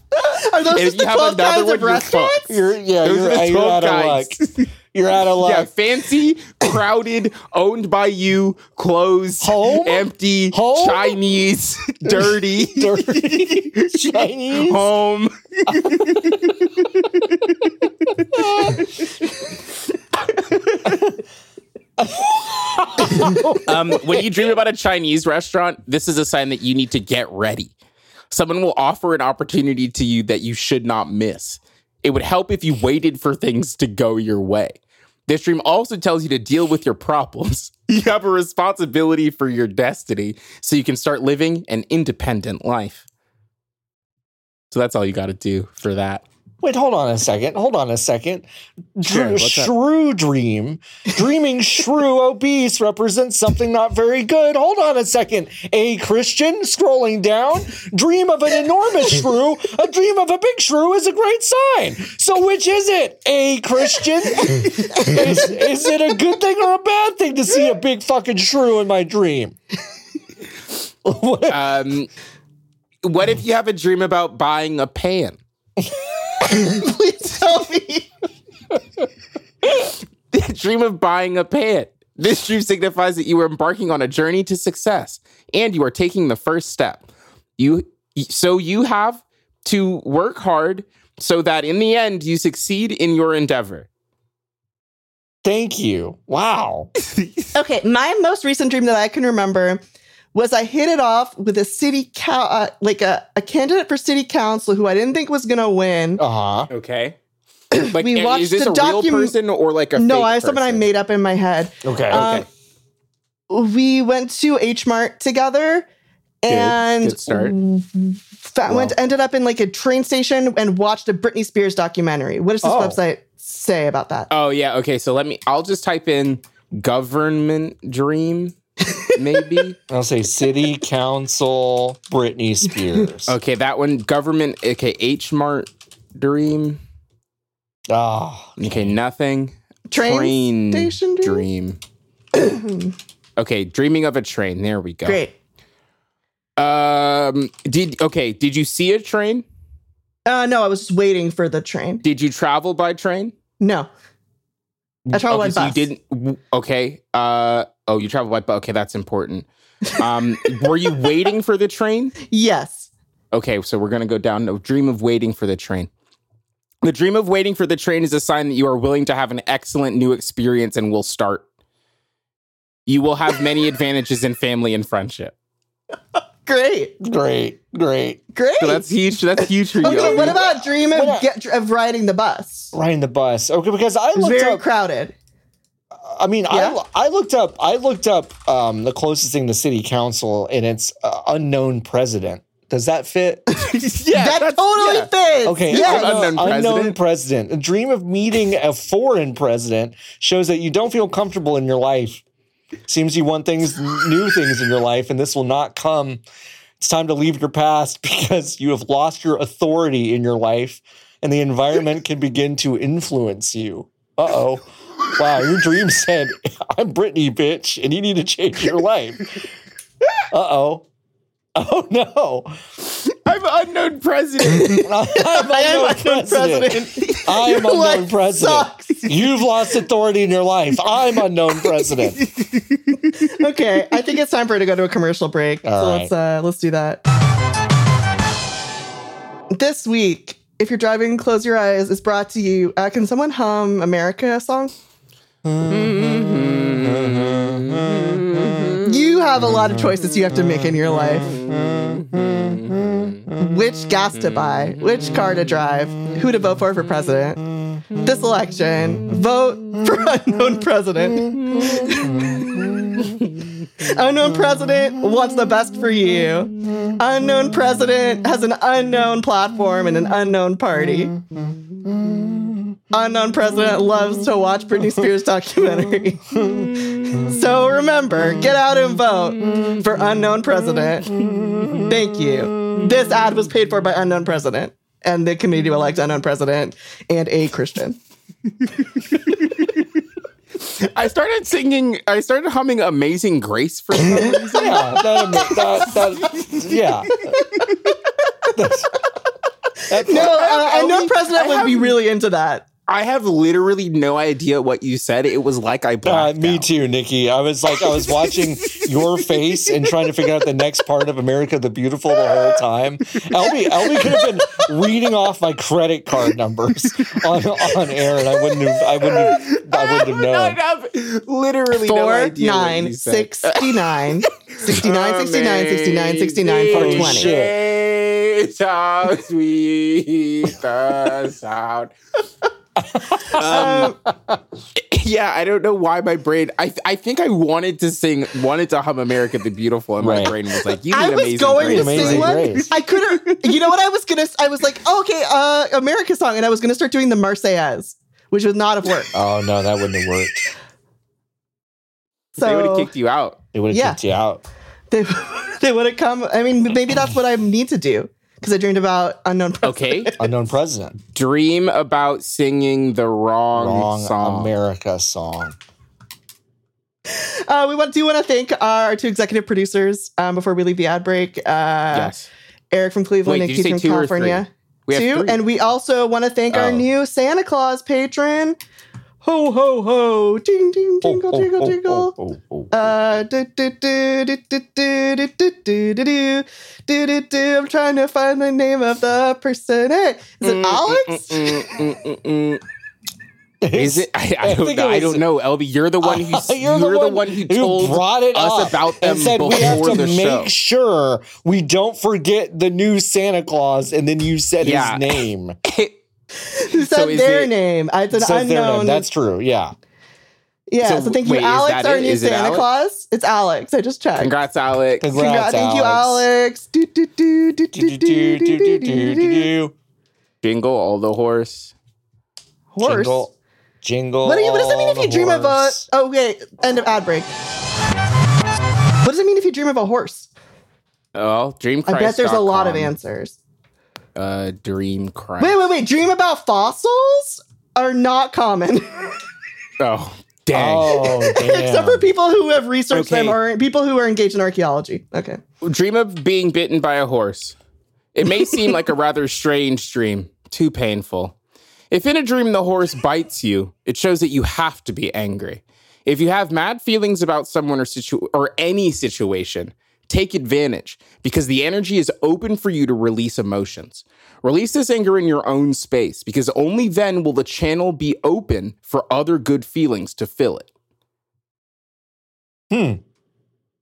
[SPEAKER 3] Are those
[SPEAKER 2] If
[SPEAKER 3] just
[SPEAKER 2] you
[SPEAKER 3] the
[SPEAKER 2] have
[SPEAKER 3] 12
[SPEAKER 2] another
[SPEAKER 3] kinds
[SPEAKER 2] one,
[SPEAKER 3] of
[SPEAKER 2] you're fucked.
[SPEAKER 3] restaurants?
[SPEAKER 1] You're yeah,
[SPEAKER 2] Those
[SPEAKER 1] you're,
[SPEAKER 2] are the
[SPEAKER 1] you're
[SPEAKER 2] 12
[SPEAKER 1] out of luck.
[SPEAKER 2] guys.
[SPEAKER 1] You're out of luck.
[SPEAKER 2] (laughs) Yeah, fancy, crowded, owned by you, closed,
[SPEAKER 1] Home?
[SPEAKER 2] empty,
[SPEAKER 1] Home?
[SPEAKER 2] Chinese, (laughs) dirty,
[SPEAKER 1] Dirty (laughs) Chinese.
[SPEAKER 2] home. um, when you dream about a Chinese restaurant, this is a sign that you need to get ready. Someone will offer an opportunity to you that you should not miss. It would help if you waited for things to go your way. This dream also tells you to deal with your problems. (laughs) You have a responsibility for your destiny so you can start living an independent life. So that's all you got to do for that.
[SPEAKER 1] Wait, hold on a second. Hold on a second.
[SPEAKER 2] Sure,
[SPEAKER 1] Dr-
[SPEAKER 2] what's up?
[SPEAKER 1] shrew dream. Dreaming shrew (laughs) obese represents something not very good. Hold on a second. A Christian scrolling down. Dream of an enormous
[SPEAKER 2] (laughs)
[SPEAKER 1] shrew. A dream of a big shrew is a great sign. So which is it? A
[SPEAKER 2] (laughs)
[SPEAKER 1] Christian? is, is it a good thing or a bad thing to see a big fucking shrew in my dream?
[SPEAKER 2] Um, what if you have a dream about buying a pan?
[SPEAKER 3] (laughs)
[SPEAKER 2] (laughs)
[SPEAKER 3] Please tell me.
[SPEAKER 2] The dream of buying a pan. This dream signifies that you are embarking on a journey to success and you are taking the first step. You so you have to work hard so that in the end you succeed in your endeavor.
[SPEAKER 1] Thank you. Wow.
[SPEAKER 3] Okay, my most recent dream that I can remember was I hit it off with a city cow, uh, like a, a candidate for city council who I didn't think was going to win.
[SPEAKER 2] Oh,
[SPEAKER 1] Uh huh.
[SPEAKER 3] (clears throat)
[SPEAKER 2] Okay. Like
[SPEAKER 3] We
[SPEAKER 2] is
[SPEAKER 3] watched
[SPEAKER 2] this
[SPEAKER 3] the
[SPEAKER 2] a
[SPEAKER 3] docu-
[SPEAKER 2] real person or like a
[SPEAKER 3] no,
[SPEAKER 2] fake
[SPEAKER 3] I something I
[SPEAKER 2] person?
[SPEAKER 3] made up in my head.
[SPEAKER 1] Okay.
[SPEAKER 3] Um, we went to H Mart together and
[SPEAKER 2] Good start.
[SPEAKER 3] w- fa- went, ended up in like a train station and watched a Britney Spears documentary. What does this
[SPEAKER 1] Oh.
[SPEAKER 3] website say about that?
[SPEAKER 2] Oh yeah. Okay. So let me. I'll just type in government dream.
[SPEAKER 3] (laughs)
[SPEAKER 2] Maybe.
[SPEAKER 1] I'll say City Council Britney Spears.
[SPEAKER 2] okay. That one. Government. Okay. H Mart dream.
[SPEAKER 1] Ah,
[SPEAKER 2] Okay. Nothing.
[SPEAKER 3] Train station dream? (clears throat)
[SPEAKER 2] okay. Dreaming of a train. There we go.
[SPEAKER 3] Great.
[SPEAKER 2] Um. Did okay. Did you see a train?
[SPEAKER 3] Uh, no, I was just waiting for the train.
[SPEAKER 2] Did you travel by train?
[SPEAKER 3] No. I traveled
[SPEAKER 2] Oh, okay,
[SPEAKER 3] by
[SPEAKER 2] so
[SPEAKER 3] bus.
[SPEAKER 2] you didn't. Okay. Uh. Oh, you traveled by bus. Okay, that's important. Um. were you waiting for the train?
[SPEAKER 3] Yes.
[SPEAKER 2] Okay, so we're going to go down to dream of waiting for the train. The dream of waiting for the train is a sign that you are willing to have an excellent new experience and will start. You will have
[SPEAKER 3] (laughs)
[SPEAKER 2] many advantages in family and friendship.
[SPEAKER 3] Great.
[SPEAKER 1] great, great.
[SPEAKER 3] Great.
[SPEAKER 2] So that's huge. That's huge for you.
[SPEAKER 3] okay, what about dream
[SPEAKER 1] What
[SPEAKER 3] of,
[SPEAKER 1] about-
[SPEAKER 3] get, of riding the bus?
[SPEAKER 1] Riding the bus. Okay, because I
[SPEAKER 3] It was
[SPEAKER 1] looked
[SPEAKER 3] very
[SPEAKER 1] up.
[SPEAKER 3] crowded.
[SPEAKER 1] I mean,
[SPEAKER 3] Yeah.
[SPEAKER 1] I I looked up. I looked up um, the closest thing to City Council, and it's uh, unknown president. Does that fit?
[SPEAKER 2] (laughs) yeah,
[SPEAKER 3] that
[SPEAKER 2] that's-
[SPEAKER 3] totally
[SPEAKER 2] yeah.
[SPEAKER 3] fits.
[SPEAKER 1] Okay,
[SPEAKER 3] Yes.
[SPEAKER 2] I'm-
[SPEAKER 1] unknown,
[SPEAKER 2] Unknown
[SPEAKER 1] unknown
[SPEAKER 2] president.
[SPEAKER 1] president. A dream of meeting a foreign president shows that you don't feel comfortable in your life. Seems you want things, new things in your life, and this will not come. It's time to leave your past (laughs) because you have lost your authority in your life, and the environment can begin to influence you. Uh oh. Wow, your dream (laughs) said, I'm Brittany, bitch, and you need to change your life. Uh oh. (laughs) Oh no. (laughs)
[SPEAKER 2] I'm unknown
[SPEAKER 3] (laughs)
[SPEAKER 2] president.
[SPEAKER 1] I'm unknown
[SPEAKER 2] (laughs)
[SPEAKER 3] unknown president.
[SPEAKER 1] I am
[SPEAKER 3] Your
[SPEAKER 1] unknown
[SPEAKER 3] life
[SPEAKER 1] president.
[SPEAKER 3] sucks.
[SPEAKER 1] You've lost authority in your life. I'm unknown
[SPEAKER 3] (laughs)
[SPEAKER 1] president.
[SPEAKER 3] okay, I think it's time for her to go to a commercial break.
[SPEAKER 1] All
[SPEAKER 3] so
[SPEAKER 1] right.
[SPEAKER 3] let's uh, let's do that. This week, if you're driving, close your eyes. Is brought to you. Uh, can someone hum America song? You have a lot of choices you have to make in your life. Which gas to buy, which car to drive, who to vote for for president. This election, vote for (laughs) unknown president. Unknown president wants the best for you. Unknown president has an unknown platform and an unknown party. Unknown president loves to watch Britney Spears documentary. (laughs) so remember, get out and vote for unknown president. Thank you. This ad was paid for by unknown president and the committee to elect unknown president and a Christian.
[SPEAKER 2] I started singing. I started humming "Amazing Grace" for some
[SPEAKER 3] (laughs)
[SPEAKER 2] reason.
[SPEAKER 1] Yeah, that, that, that, yeah.
[SPEAKER 3] No, uh,
[SPEAKER 2] I
[SPEAKER 3] I know
[SPEAKER 2] only-
[SPEAKER 3] President
[SPEAKER 2] I
[SPEAKER 3] would be
[SPEAKER 2] haven't-
[SPEAKER 3] really into that.
[SPEAKER 2] I have literally no idea what you said. It was like I
[SPEAKER 1] Uh,
[SPEAKER 2] blacked
[SPEAKER 1] me
[SPEAKER 2] out.
[SPEAKER 1] too, Nikki. I was like, I was watching your face and trying to figure out the next part of America the Beautiful the whole time. Elby, Elby could have been reading off my credit card numbers on, on air, and I wouldn't have, I wouldn't have, I wouldn't have known.
[SPEAKER 2] (laughs) I have literally no
[SPEAKER 3] Four,
[SPEAKER 2] idea what
[SPEAKER 3] nine,
[SPEAKER 2] you said. (laughs)
[SPEAKER 3] 69, 69, 69, 69, 69,
[SPEAKER 1] Amazing.
[SPEAKER 3] 420.
[SPEAKER 1] Shit.
[SPEAKER 2] Shit.
[SPEAKER 3] (laughs)
[SPEAKER 2] How sweet the sound. Um, yeah, I don't know why my brain. I I think I wanted to sing, wanted to hum "America the Beautiful," and
[SPEAKER 1] Right.
[SPEAKER 2] my brain was like, "You
[SPEAKER 3] I
[SPEAKER 2] did
[SPEAKER 3] was
[SPEAKER 2] amazing."
[SPEAKER 3] going to
[SPEAKER 2] Grace."
[SPEAKER 1] Amazing
[SPEAKER 3] sing one.
[SPEAKER 1] Grace.
[SPEAKER 3] I couldn't. You know what I was gonna? I was like, okay, uh, America song, and I was gonna start doing the Marseillaise, which would not have worked.
[SPEAKER 1] Oh no, that wouldn't have worked.
[SPEAKER 2] (laughs) they would have
[SPEAKER 3] So
[SPEAKER 2] kicked you out.
[SPEAKER 1] It would have
[SPEAKER 3] Yeah.
[SPEAKER 1] kicked you out.
[SPEAKER 3] they, (laughs) they would have come. I mean, maybe that's what I need to do because I dreamed about unknown. Person.
[SPEAKER 2] Okay,
[SPEAKER 1] Unknown president.
[SPEAKER 2] (laughs) dream about singing the wrong,
[SPEAKER 1] Wrong
[SPEAKER 2] song.
[SPEAKER 1] America song.
[SPEAKER 3] Uh, we want do want to thank our two executive producers um, before we leave the ad break. Uh,
[SPEAKER 2] yes,
[SPEAKER 3] Eric from Cleveland
[SPEAKER 2] Wait, did
[SPEAKER 3] and
[SPEAKER 2] you
[SPEAKER 3] Keith from
[SPEAKER 2] say two or three?
[SPEAKER 3] California.
[SPEAKER 2] we have
[SPEAKER 3] too.
[SPEAKER 2] three.
[SPEAKER 3] And we also want to thank
[SPEAKER 1] Oh.
[SPEAKER 3] our new Santa Claus patron. Ho ho ho! Ding ding jingle
[SPEAKER 1] Oh,
[SPEAKER 3] jingle
[SPEAKER 1] oh, oh,
[SPEAKER 3] jingle.
[SPEAKER 1] oh, oh, oh.
[SPEAKER 3] Uh, do, do, do, do, do, do, do, do, do, do, do, do, do, do. I'm trying to find the name of the person. Hey, is
[SPEAKER 2] Mm,
[SPEAKER 3] it Alex?
[SPEAKER 2] mm, mm, mm, mm, mm. Is it? I, I,
[SPEAKER 1] I
[SPEAKER 2] don't,
[SPEAKER 1] think it
[SPEAKER 2] know. I
[SPEAKER 1] was-
[SPEAKER 2] don't know, Elby. You're
[SPEAKER 1] (laughs)
[SPEAKER 2] the one who you're, the, one, who told
[SPEAKER 1] brought it
[SPEAKER 2] us
[SPEAKER 1] up
[SPEAKER 2] about them
[SPEAKER 1] and said we have
[SPEAKER 2] before
[SPEAKER 1] to
[SPEAKER 2] the
[SPEAKER 1] make
[SPEAKER 2] show.
[SPEAKER 1] sure we don't forget the new Santa Claus, and then you said
[SPEAKER 2] Yeah.
[SPEAKER 1] his name.
[SPEAKER 3] Who
[SPEAKER 2] mm. So
[SPEAKER 3] said
[SPEAKER 2] is
[SPEAKER 3] their
[SPEAKER 2] it-
[SPEAKER 3] name? It's an
[SPEAKER 1] Says their name.
[SPEAKER 3] unknown.
[SPEAKER 1] That's true. Yeah.
[SPEAKER 3] yeah. So,
[SPEAKER 2] so
[SPEAKER 3] thank you,
[SPEAKER 2] wait, is
[SPEAKER 3] Alex,
[SPEAKER 2] that
[SPEAKER 3] our
[SPEAKER 2] it?
[SPEAKER 3] new
[SPEAKER 2] Is it
[SPEAKER 3] Santa
[SPEAKER 2] Alex?
[SPEAKER 3] Claus. It's Alex. I just
[SPEAKER 2] (laughs)
[SPEAKER 3] checked.
[SPEAKER 2] Congrats, Alex.
[SPEAKER 1] Congrats.
[SPEAKER 3] Congra- Thank you, Alex.
[SPEAKER 1] Alex.
[SPEAKER 3] Do, do, do, do, do, do, do, do, do, do.
[SPEAKER 1] Jingle.
[SPEAKER 2] Jingle all the horse.
[SPEAKER 3] Horse.
[SPEAKER 1] Jingle.
[SPEAKER 3] What, do you, what does that mean
[SPEAKER 1] all
[SPEAKER 3] if you
[SPEAKER 1] the
[SPEAKER 3] dream of a?
[SPEAKER 1] horse.
[SPEAKER 3] Oh, okay. End of ad break. What does it mean if you dream of a horse?
[SPEAKER 2] Oh, dream.
[SPEAKER 3] I bet there's a lot of answers.
[SPEAKER 2] Uh, dream Christ.
[SPEAKER 3] Wait, wait, wait. Dream about fossils are not common, (laughs)
[SPEAKER 2] Oh, dang. (laughs)
[SPEAKER 1] Oh, damn.
[SPEAKER 3] except for people who have researched them
[SPEAKER 2] Okay.
[SPEAKER 3] or people who are engaged in archaeology. Okay.
[SPEAKER 2] Dream of being bitten by a horse. It may seem like a rather strange dream, too painful. If in a dream the horse bites you, it shows that you have to be angry. If you have mad feelings about someone or situ- or any situation, take advantage because the energy is open for you to release emotions. Release this anger in your own space because only then will the channel be open for other good feelings to fill it.
[SPEAKER 1] Hmm.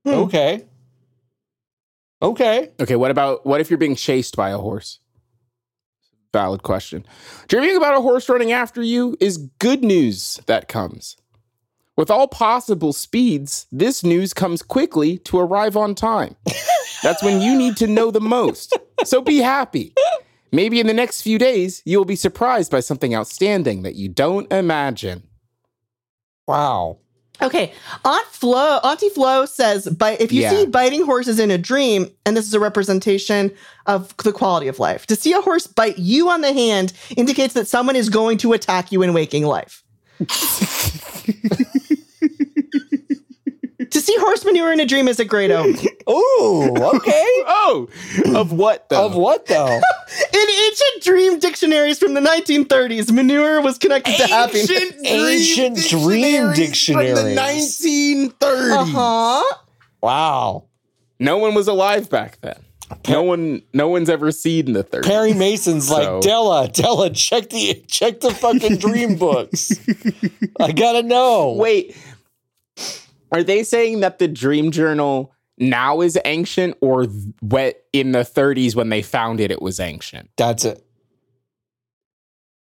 [SPEAKER 3] Hmm.
[SPEAKER 1] Okay. Okay.
[SPEAKER 2] Okay, what about what if you're being chased by a horse? Valid question. Dreaming about a horse running after you is good news that comes. With all possible speeds, this news comes quickly to arrive
[SPEAKER 1] (laughs)
[SPEAKER 2] on time. That's when you need to know the most. So be happy. Maybe in the next few days, you will be surprised by something outstanding that you don't imagine.
[SPEAKER 1] Wow.
[SPEAKER 3] Okay. Aunt Flo, Auntie Flo says, but if you
[SPEAKER 2] Yeah.
[SPEAKER 3] see biting horses in a dream, and this is a representation of the quality of life, to see a horse bite you on the hand indicates that someone is going to attack you in waking life. to see horse manure in a dream is a great omen.
[SPEAKER 1] Ooh. Okay.
[SPEAKER 2] Oh, of (laughs) what though?
[SPEAKER 1] of what though?
[SPEAKER 3] In ancient dream dictionaries from the 1930s, manure was connected to happiness.
[SPEAKER 1] Ancient dream
[SPEAKER 2] from the
[SPEAKER 1] dictionaries.
[SPEAKER 2] 1930s.
[SPEAKER 3] Uh-huh.
[SPEAKER 1] Wow.
[SPEAKER 2] No one was alive back then. No one, no one's ever seen the 30s.
[SPEAKER 1] Perry Mason's like
[SPEAKER 2] (laughs) So-
[SPEAKER 1] Della, Della, check the check the fucking
[SPEAKER 2] (laughs)
[SPEAKER 1] dream books. I gotta know.
[SPEAKER 2] Wait, are they saying that the dream journal now is ancient, or th- what in the 30s when they found it, it was ancient?
[SPEAKER 1] that's it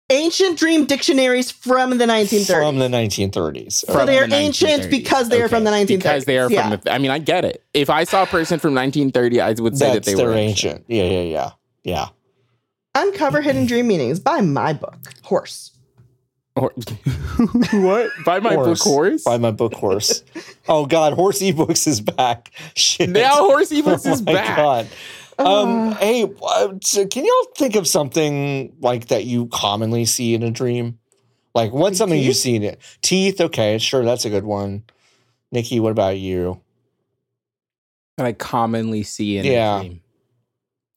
[SPEAKER 3] Ancient dream dictionaries from the 1930s.
[SPEAKER 1] from the 1930s.
[SPEAKER 3] So
[SPEAKER 2] From
[SPEAKER 3] they are
[SPEAKER 2] the
[SPEAKER 3] ancient
[SPEAKER 2] 1930s.
[SPEAKER 3] because they are from the 1930s.
[SPEAKER 2] Because they are
[SPEAKER 3] Yeah.
[SPEAKER 2] from the. I mean, I get it. If I saw a person from 1930, I would say
[SPEAKER 1] That's
[SPEAKER 2] that they
[SPEAKER 1] they're
[SPEAKER 2] were ancient.
[SPEAKER 1] ancient. Yeah, yeah, yeah, yeah.
[SPEAKER 3] Uncover Hidden Dream Meanings by my book, Horse.
[SPEAKER 2] Or- (laughs) what? By my book horse?
[SPEAKER 1] Buy my book
[SPEAKER 2] (laughs)
[SPEAKER 1] horse. oh God, horse ebooks is back. Shit.
[SPEAKER 2] now
[SPEAKER 1] (laughs)
[SPEAKER 2] horse (laughs)
[SPEAKER 1] oh
[SPEAKER 2] evils is
[SPEAKER 1] my
[SPEAKER 2] back.
[SPEAKER 1] God. Um,
[SPEAKER 3] Uh.
[SPEAKER 1] hey, uh, so can y'all think of something like that you commonly see in a dream? Like what's something you
[SPEAKER 3] Teeth?
[SPEAKER 1] see in it? Teeth. Okay, sure, that's a good one. Nikki, what about you?
[SPEAKER 2] that I commonly see in
[SPEAKER 1] Yeah.
[SPEAKER 2] a dream.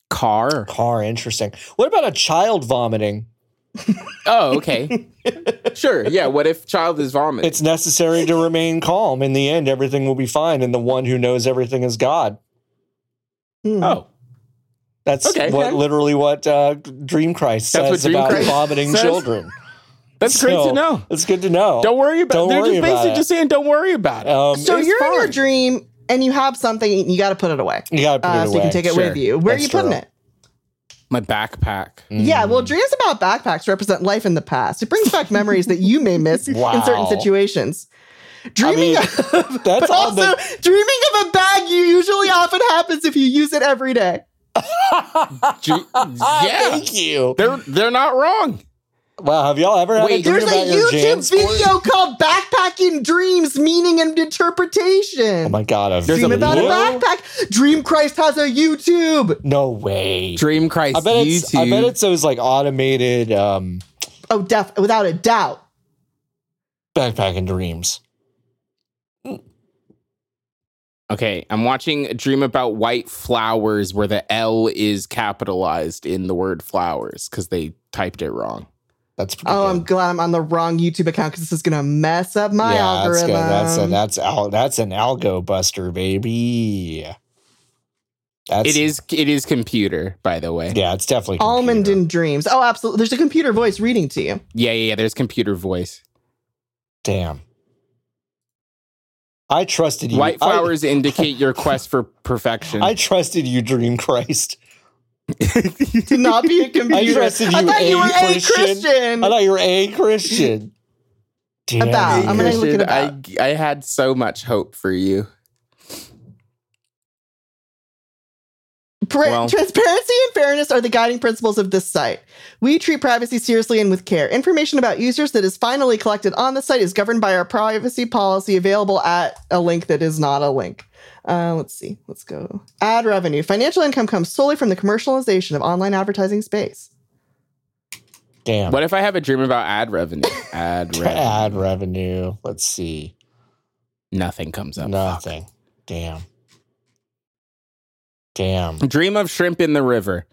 [SPEAKER 2] Car.
[SPEAKER 1] Car, interesting. What about a child vomiting? (laughs)
[SPEAKER 2] Oh, okay. sure. Yeah. What if child is vomiting?
[SPEAKER 1] It's necessary to
[SPEAKER 2] (laughs)
[SPEAKER 1] remain calm. In the end, everything will be fine, and the one who knows everything is God.
[SPEAKER 3] Hmm.
[SPEAKER 2] oh,
[SPEAKER 1] That's
[SPEAKER 2] Okay.
[SPEAKER 1] what literally what uh, Dream Christ
[SPEAKER 2] That's what
[SPEAKER 1] says
[SPEAKER 2] Dream
[SPEAKER 1] about
[SPEAKER 2] Christ
[SPEAKER 1] vomiting
[SPEAKER 2] says?
[SPEAKER 1] children.
[SPEAKER 2] that's (laughs) great
[SPEAKER 1] So,
[SPEAKER 2] to know.
[SPEAKER 1] It's good to know.
[SPEAKER 2] Don't worry about.
[SPEAKER 1] don't
[SPEAKER 2] they're
[SPEAKER 1] worry
[SPEAKER 2] just
[SPEAKER 1] about
[SPEAKER 2] basically
[SPEAKER 1] it.
[SPEAKER 2] just saying, don't worry about it.
[SPEAKER 1] Um,
[SPEAKER 3] So
[SPEAKER 2] It's
[SPEAKER 3] you're in your
[SPEAKER 2] fine.
[SPEAKER 3] dream and you have something and you got to put it away.
[SPEAKER 1] you gotta put
[SPEAKER 3] Uh,
[SPEAKER 1] it
[SPEAKER 3] so
[SPEAKER 1] away.
[SPEAKER 3] you can take it
[SPEAKER 2] Sure.
[SPEAKER 3] with you. Where
[SPEAKER 1] That's
[SPEAKER 3] are you putting
[SPEAKER 1] true.
[SPEAKER 3] it?
[SPEAKER 2] My backpack.
[SPEAKER 1] Mm.
[SPEAKER 3] Yeah, well, dreams about backpacks represent life in the past. It brings
[SPEAKER 1] (laughs)
[SPEAKER 3] back memories that you may miss in certain
[SPEAKER 1] Wow.
[SPEAKER 3] situations. Dreaming
[SPEAKER 1] mean,
[SPEAKER 3] (laughs)
[SPEAKER 1] (laughs)
[SPEAKER 3] of,
[SPEAKER 1] that's
[SPEAKER 3] but
[SPEAKER 1] all
[SPEAKER 3] also
[SPEAKER 1] the-
[SPEAKER 3] dreaming of a bag you usually often happens if you use it every day.
[SPEAKER 2] (laughs) Dr-
[SPEAKER 1] Ah,
[SPEAKER 2] yeah,
[SPEAKER 1] Thank you.
[SPEAKER 2] they're they're not wrong.
[SPEAKER 1] Wow, have y'all ever had
[SPEAKER 2] Wait,
[SPEAKER 1] a dream
[SPEAKER 3] There's a
[SPEAKER 1] about your jam
[SPEAKER 3] YouTube
[SPEAKER 1] sport?
[SPEAKER 3] video called "Backpacking Dreams: Meaning and Interpretation."
[SPEAKER 1] Oh my god, I've
[SPEAKER 2] There's
[SPEAKER 3] Dream
[SPEAKER 2] a
[SPEAKER 3] about
[SPEAKER 2] video?
[SPEAKER 3] a backpack. Dream Christ has a YouTube.
[SPEAKER 1] No way.
[SPEAKER 2] Dream Christ.
[SPEAKER 1] I bet it's
[SPEAKER 2] YouTube.
[SPEAKER 1] I bet it's those like automated um
[SPEAKER 3] Oh, def without a doubt.
[SPEAKER 1] backpacking dreams.
[SPEAKER 2] Okay, I'm watching a dream about white flowers where the L is capitalized in the word flowers because they typed it wrong.
[SPEAKER 1] That's pretty
[SPEAKER 3] Oh,
[SPEAKER 1] good.
[SPEAKER 3] I'm glad I'm on the wrong YouTube account because this is gonna mess up my
[SPEAKER 1] That's
[SPEAKER 3] algorithm.
[SPEAKER 1] good. That's a, that's al- that's an algo buster, baby. That's
[SPEAKER 2] It is it is computer, by the way.
[SPEAKER 1] Yeah, it's definitely
[SPEAKER 3] Almond
[SPEAKER 1] computer.
[SPEAKER 3] in dreams. Oh, absolutely. There's a computer voice reading to you. (laughs)
[SPEAKER 2] Yeah, yeah, yeah. There's computer voice.
[SPEAKER 1] Damn. I trusted you.
[SPEAKER 2] White
[SPEAKER 1] I-
[SPEAKER 2] flowers indicate your quest for perfection.
[SPEAKER 1] I, trusted you, Dream Christ.
[SPEAKER 3] To not be a computer.
[SPEAKER 1] trusted
[SPEAKER 3] I
[SPEAKER 1] you,
[SPEAKER 3] thought
[SPEAKER 1] a
[SPEAKER 3] you were a
[SPEAKER 1] Christian.
[SPEAKER 3] Christian.
[SPEAKER 1] I thought you were a Christian. Damn
[SPEAKER 3] (laughs) About. Ah, I'm gonna look it
[SPEAKER 2] Christian, I, I had so much hope for you.
[SPEAKER 3] Pra-
[SPEAKER 2] Well-
[SPEAKER 3] Transparency and fairness are the guiding principles of this site. We treat privacy seriously and with care. Information about users that is finally collected on the site is governed by our privacy policy available at a link that is not a link. Uh, let's see. Let's go. Ad revenue. Financial income comes solely from the commercialization of online advertising space.
[SPEAKER 1] Damn.
[SPEAKER 2] What if I have a dream about ad revenue? (laughs) Ad revenue.
[SPEAKER 1] Ad revenue. Let's see.
[SPEAKER 2] Nothing comes up.
[SPEAKER 1] Nothing. Damn. Damn.
[SPEAKER 2] Dream of shrimp in the river.